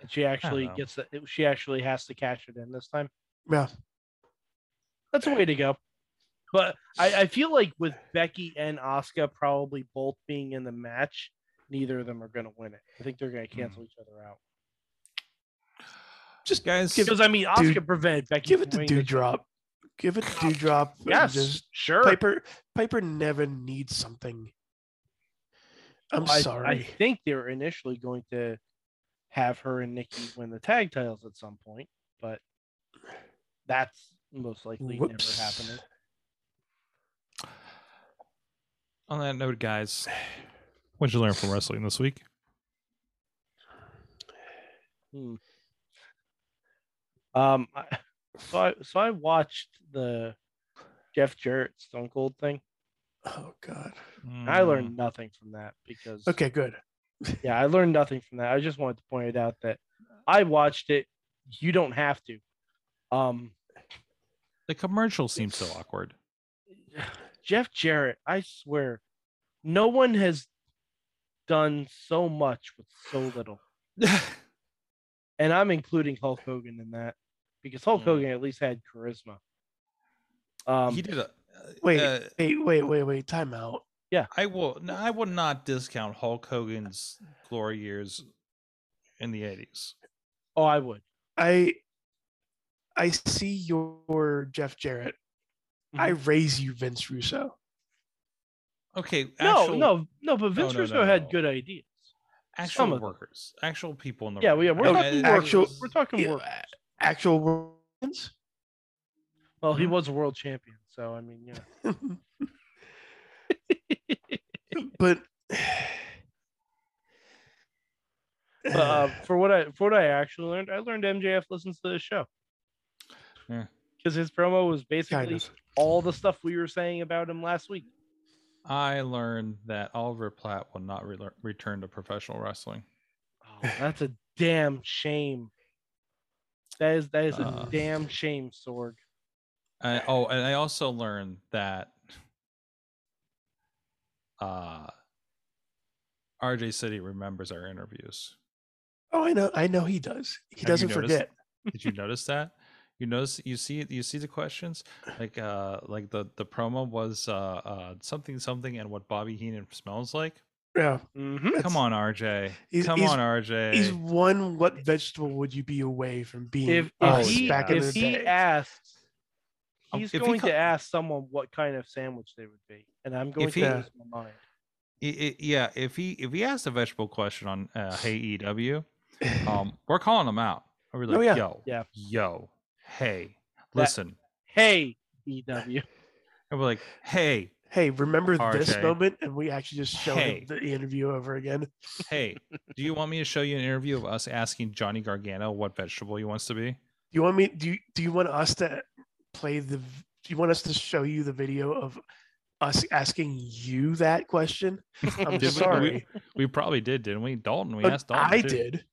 S3: And she actually
S2: know.
S3: gets the, she actually has to cash it in this time.
S4: Yeah.
S3: That's
S4: Eh.
S3: a way to go. But I, I feel like with Becky and Oscar probably both being in the match, neither of them are going to win it. I think they're going to
S4: Mm.
S3: cancel each other out.
S4: Just
S2: guys,
S4: give-
S3: Because I mean, Oscar prevented Becky.
S4: Give it
S3: from
S4: to
S3: winning the-
S4: Dewdrop. Give it to Dewdrop. and
S3: Yes,
S4: Just
S3: sure.
S4: Piper. Piper never needs something. I'm
S3: I, I
S4: sorry.
S3: think they were initially going to have her and Nikki win the tag titles at some point, but that's most likely
S4: Whoops.
S3: never happening.
S2: on that note, guys, what'd you learn from wrestling this week?
S3: Hmm. Um, I, so I so I watched the Jeff Jarrett Stone Cold thing.
S4: Oh God.
S3: and I
S2: Mm,
S3: learned nothing from that because
S4: Mm. Okay, good.
S3: yeah, I learned nothing from that. I just wanted to point it out that I watched it. You don't have to. Um,
S2: the commercial seems so awkward.
S3: Jeff Jarrett, I swear, no one has done so much with so little, and I'm including Hulk Hogan in that because Hulk
S2: Mm.
S3: Hogan at least had charisma. Um,
S2: he did a
S4: Wait.
S2: uh,
S4: Hey, wait, wait, wait. Time out.
S2: I will. No, I will not discount Hulk Hogan's glory years in the eighties.
S3: oh, I would.
S4: I I see your Jeff Jarrett. I raise you Vince Russo.
S2: Okay,
S3: no,
S2: actual,
S3: no, no. But Vince
S2: no,
S3: Russo
S2: no,
S3: had
S2: no.
S3: good ideas.
S2: actual
S3: some of them.
S2: workers, actual people in the
S3: Yeah,
S2: ring.
S3: we we're
S4: Okay,
S3: talking
S4: actual-
S3: workers. We're talking
S4: Yeah,
S3: workers.
S4: Actual words.
S3: Well, he
S2: Mhm.
S3: was a world champion, so I mean, yeah.
S4: but
S3: uh, But uh, for what I for what I actually learned, I learned MJF listens to this show.
S2: Yeah.
S3: Because his promo was basically
S4: Kind of.
S3: all the stuff we were saying about him last week.
S2: I learned that Oliver Platt will not re- return to professional wrestling.
S3: Oh, that's a damn shame. That is that is a
S2: Uh.
S3: damn shame, Sorg.
S2: I, oh, and I also learned that uh, RJ City remembers our interviews.
S4: Oh, I know. I know he does. He
S2: Have you
S4: doesn't
S2: noticed?
S4: forget.
S2: Did you notice that? You notice you see you see the questions like uh like the the promo was uh, uh something something and what Bobby Heenan smells like.
S4: Yeah.
S3: Mm-hmm.
S2: Come
S4: That's-
S2: on, RJ.
S4: He's-
S2: Come
S4: he's-
S2: on, RJ.
S4: He's one. What vegetable would you be away from being
S3: If, if
S2: Oh,
S4: us
S3: he
S4: back in the
S3: if he
S4: day?
S3: asks,
S2: Um,
S3: he's
S2: if he
S3: going
S2: co-
S3: to ask someone what kind of sandwich they would be, and I'm going
S2: If
S3: to
S2: he-
S3: lose my mind.
S2: I- I- yeah, if he if he asked a vegetable question on uh, Hey EW, um, we're calling him out. We're like,
S4: Oh, yeah.
S2: yo,
S3: Yeah.
S2: yo, hey,
S3: That-
S2: listen,
S3: Hey, E EW.
S2: and we're like, hey,
S4: hey, remember this
S2: RJ.
S4: moment? And we actually just showed
S2: Hey.
S4: him the interview over again.
S2: hey, do you want me to show you an interview of us asking Johnny Gargano what vegetable he wants to be?
S4: Do you want me? Do you, do you want us to play the? v- Do you want us to show you the video of us asking you that question? I'm
S2: Did we-
S4: sorry,
S2: We probably did, didn't we? Dalton, we
S4: but
S2: asked Dalton.
S4: I
S2: too.
S4: did.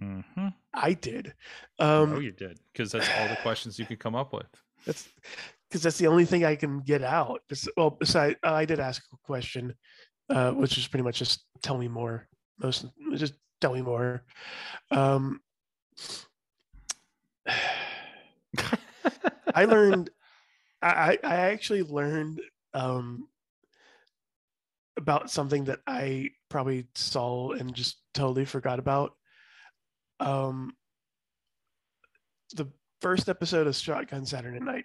S2: Mhm.
S4: I did.
S2: oh,
S4: Um,
S2: you did, because that's all the questions you could come up with.
S4: that's because that's the only thing I can get out. Bes- Well, besides, I did ask a question, uh, which is pretty much just tell me more. Most just tell me more. Um, I learned, I, I I actually learned um, about something that I probably saw and just totally forgot about. Um, the first episode of Shotgun Saturday Night.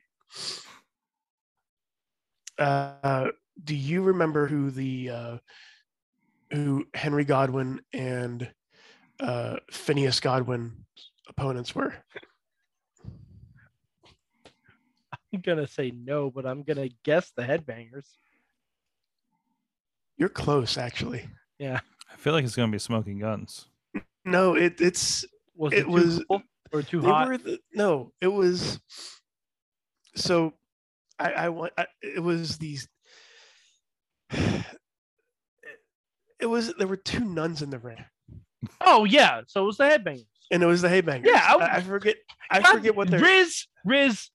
S4: Uh, do you remember who the uh, who Henry Godwin and uh, Phineas Godwin opponents were?
S3: I'm gonna say no, but I'm gonna guess the headbangers.
S4: You're close, actually.
S2: I feel like it's going to be smoking guns.
S4: No, it, it's
S3: Was
S4: It
S3: it, too
S4: was-
S3: cool or too
S4: they
S3: hot?
S4: were the, no, it was so I I want I, it was these it was there were two nuns in the ring
S3: Oh yeah, so it was the headbangers.
S4: and it was the haybangers.
S3: Yeah, I
S4: I,
S3: was-
S4: I forget I
S3: God,
S4: forget what they're
S3: Riz Riz.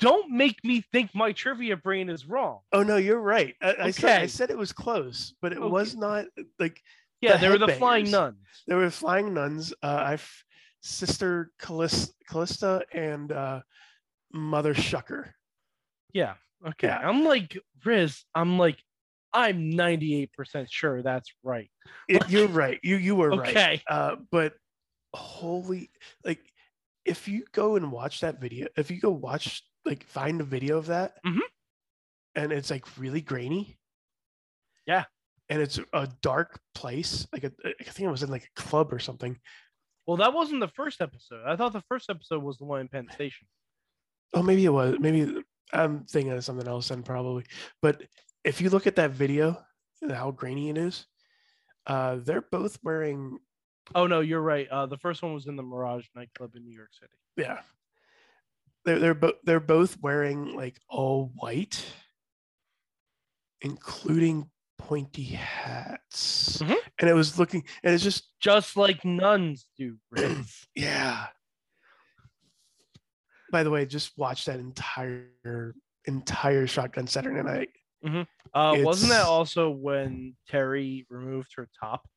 S3: Don't make me think my trivia brain is wrong.
S4: Oh no, you're right. I, I, said, I
S3: Okay.
S4: said it was close, but it
S3: Okay.
S4: was not like
S3: Yeah,
S4: The
S3: they were the flying
S4: headbangers.
S3: nuns.
S4: there were flying nuns. Uh, I f- sister Callis- Callista and uh, mother Shucker.
S3: Yeah. Okay.
S4: Yeah.
S3: I'm like Riz. I'm like I'm 98% sure that's right.
S4: It- you're right. You you were right.
S3: Okay.
S4: Uh, but holy, like if you go and watch that video, if you go watch like find a video of that,
S3: Mhm.
S4: and it's like really grainy.
S3: Yeah.
S4: And it's a dark place. Like a, I think it was in like a club or something.
S3: Well, that wasn't the first episode. I thought the first episode was the one in Penn Station.
S4: Oh, maybe it was. Maybe I'm thinking of something else then, probably. But if you look at that video and how grainy it is, uh, they're both wearing,
S3: Oh no, you're right. Uh, the first one was in the Mirage nightclub in New York City.
S4: yeah, they're they're both they're both wearing like all white, including pointy hats,
S3: Mhm.
S4: and it was looking, and it's just
S3: Just like nuns do, Riz.
S4: yeah. By the way, just watch that entire entire Shotgun Saturday Night.
S3: Uh, wasn't that
S4: It's-
S3: also when Terry removed her top?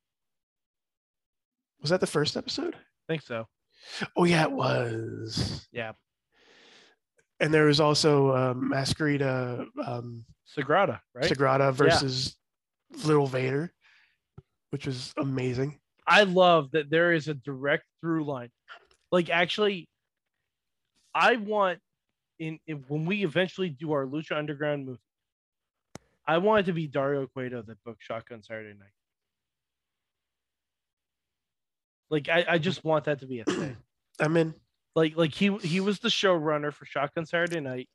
S4: Was that the first episode?
S3: I think so.
S4: Oh yeah, it was.
S3: Yeah.
S4: And there was also um, Masquerita um,
S3: Sagrada, right?
S4: Sagrada versus Little Vader, which was amazing.
S3: I love that there is a direct through line. Like, actually, I want in, in- when we eventually do our Lucha Underground movie, I want it to be Dario Cueto that booked Shotgun Saturday Night. Like, I, I just want that to be a thing.
S4: I'm in.
S3: like like he he was the showrunner for Shotgun Saturday Night,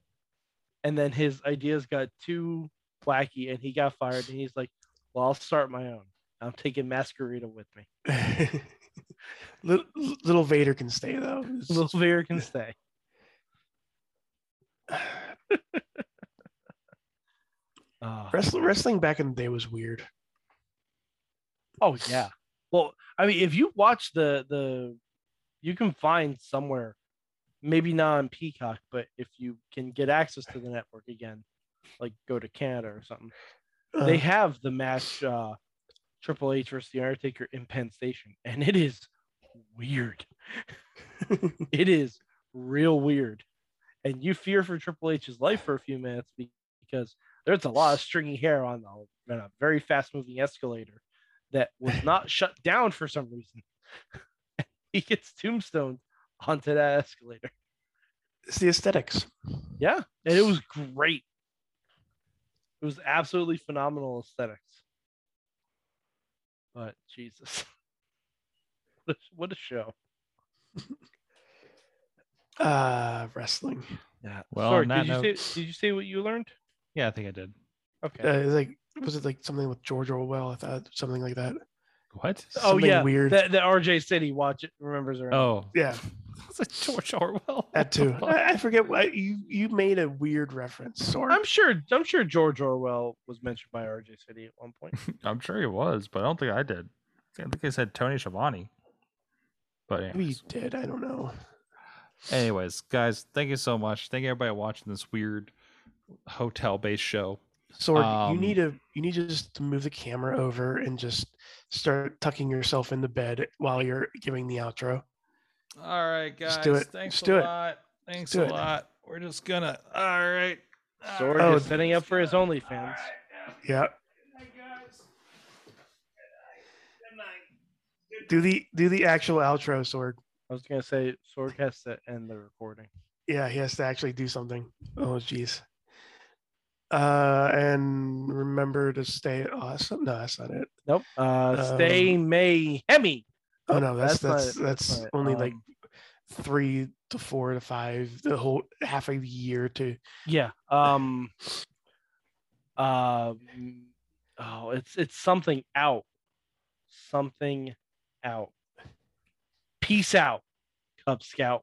S3: and then his ideas got too wacky, and he got fired. And he's like, "Well, I'll start my own. I'm taking Masquerita with me.
S4: Little, Little Vader can stay though. It's-
S3: Little Vera can stay." Uh,
S4: Wrestling, wrestling back in the day was weird.
S3: oh yeah. Well, I mean, if you watch the the, you can find somewhere, maybe not on Peacock, but if you can get access to the network again, like go to Canada or something, they
S4: Uh,
S3: have the match uh, Triple H versus The Undertaker in Penn Station, and it is weird. it is real weird, and you fear for Triple H's life for a few minutes be- because there's a lot of stringy hair on, the, on a very fast-moving escalator that was not shut down for some reason. he gets tombstoned onto that escalator.
S4: it's the aesthetics.
S3: Yeah, and it was great. It was absolutely phenomenal aesthetics. But Jesus, what a, what a show!
S4: Uh, wrestling.
S3: Yeah.
S2: Well,
S3: Sorry,
S2: on that
S3: did you
S2: note-
S3: say did you say what you learned?
S2: Yeah, I think I did.
S3: Okay.
S4: Uh, it's like was it like something with George Orwell? I thought something like that.
S2: What?
S3: oh
S4: something
S3: yeah,
S4: weird.
S3: That, that RJ said he watch it remembers her.
S2: Oh,
S4: Yeah,
S2: it's like George Orwell.
S4: that too. I, I forget. What, you you made a weird reference. Sorry.
S3: I'm sure. I'm sure George Orwell was mentioned by RJ City at one point.
S2: I'm sure he was, but I don't think I did. I think I said Tony Schiavone. But anyways.
S4: Maybe you did. I don't know.
S2: anyways, guys, thank you so much. Thank everybody for watching this weird hotel-based show.
S4: Sorg,
S2: Um,
S4: you need to you need to just move the camera over and just start tucking yourself into bed while you're giving the outro.
S2: All right, guys.
S4: Just do it.
S2: Thanks
S4: Just
S2: a
S4: do it.
S2: lot. Thanks
S4: do
S2: a
S4: it.
S2: lot. We're just gonna. All right.
S3: Sword
S4: Oh.
S3: is setting up for his OnlyFans.
S4: Yeah. Do the do the actual outro, Sorg.
S3: I was gonna say Sword has to end the recording.
S4: Yeah, he has to actually do something. Oh, jeez. Uh, and remember to stay awesome. No, that's not it.
S3: Nope. Uh,
S4: Um,
S3: stay May Hemi.
S4: Oh no, that's that's
S3: not it,
S4: that's,
S3: not it.
S4: only like
S3: Um,
S4: three to four to five, the whole half a year to.
S3: yeah. Um. Uh. mm, Oh, it's it's something out. Something out. Peace out, Cub Scout.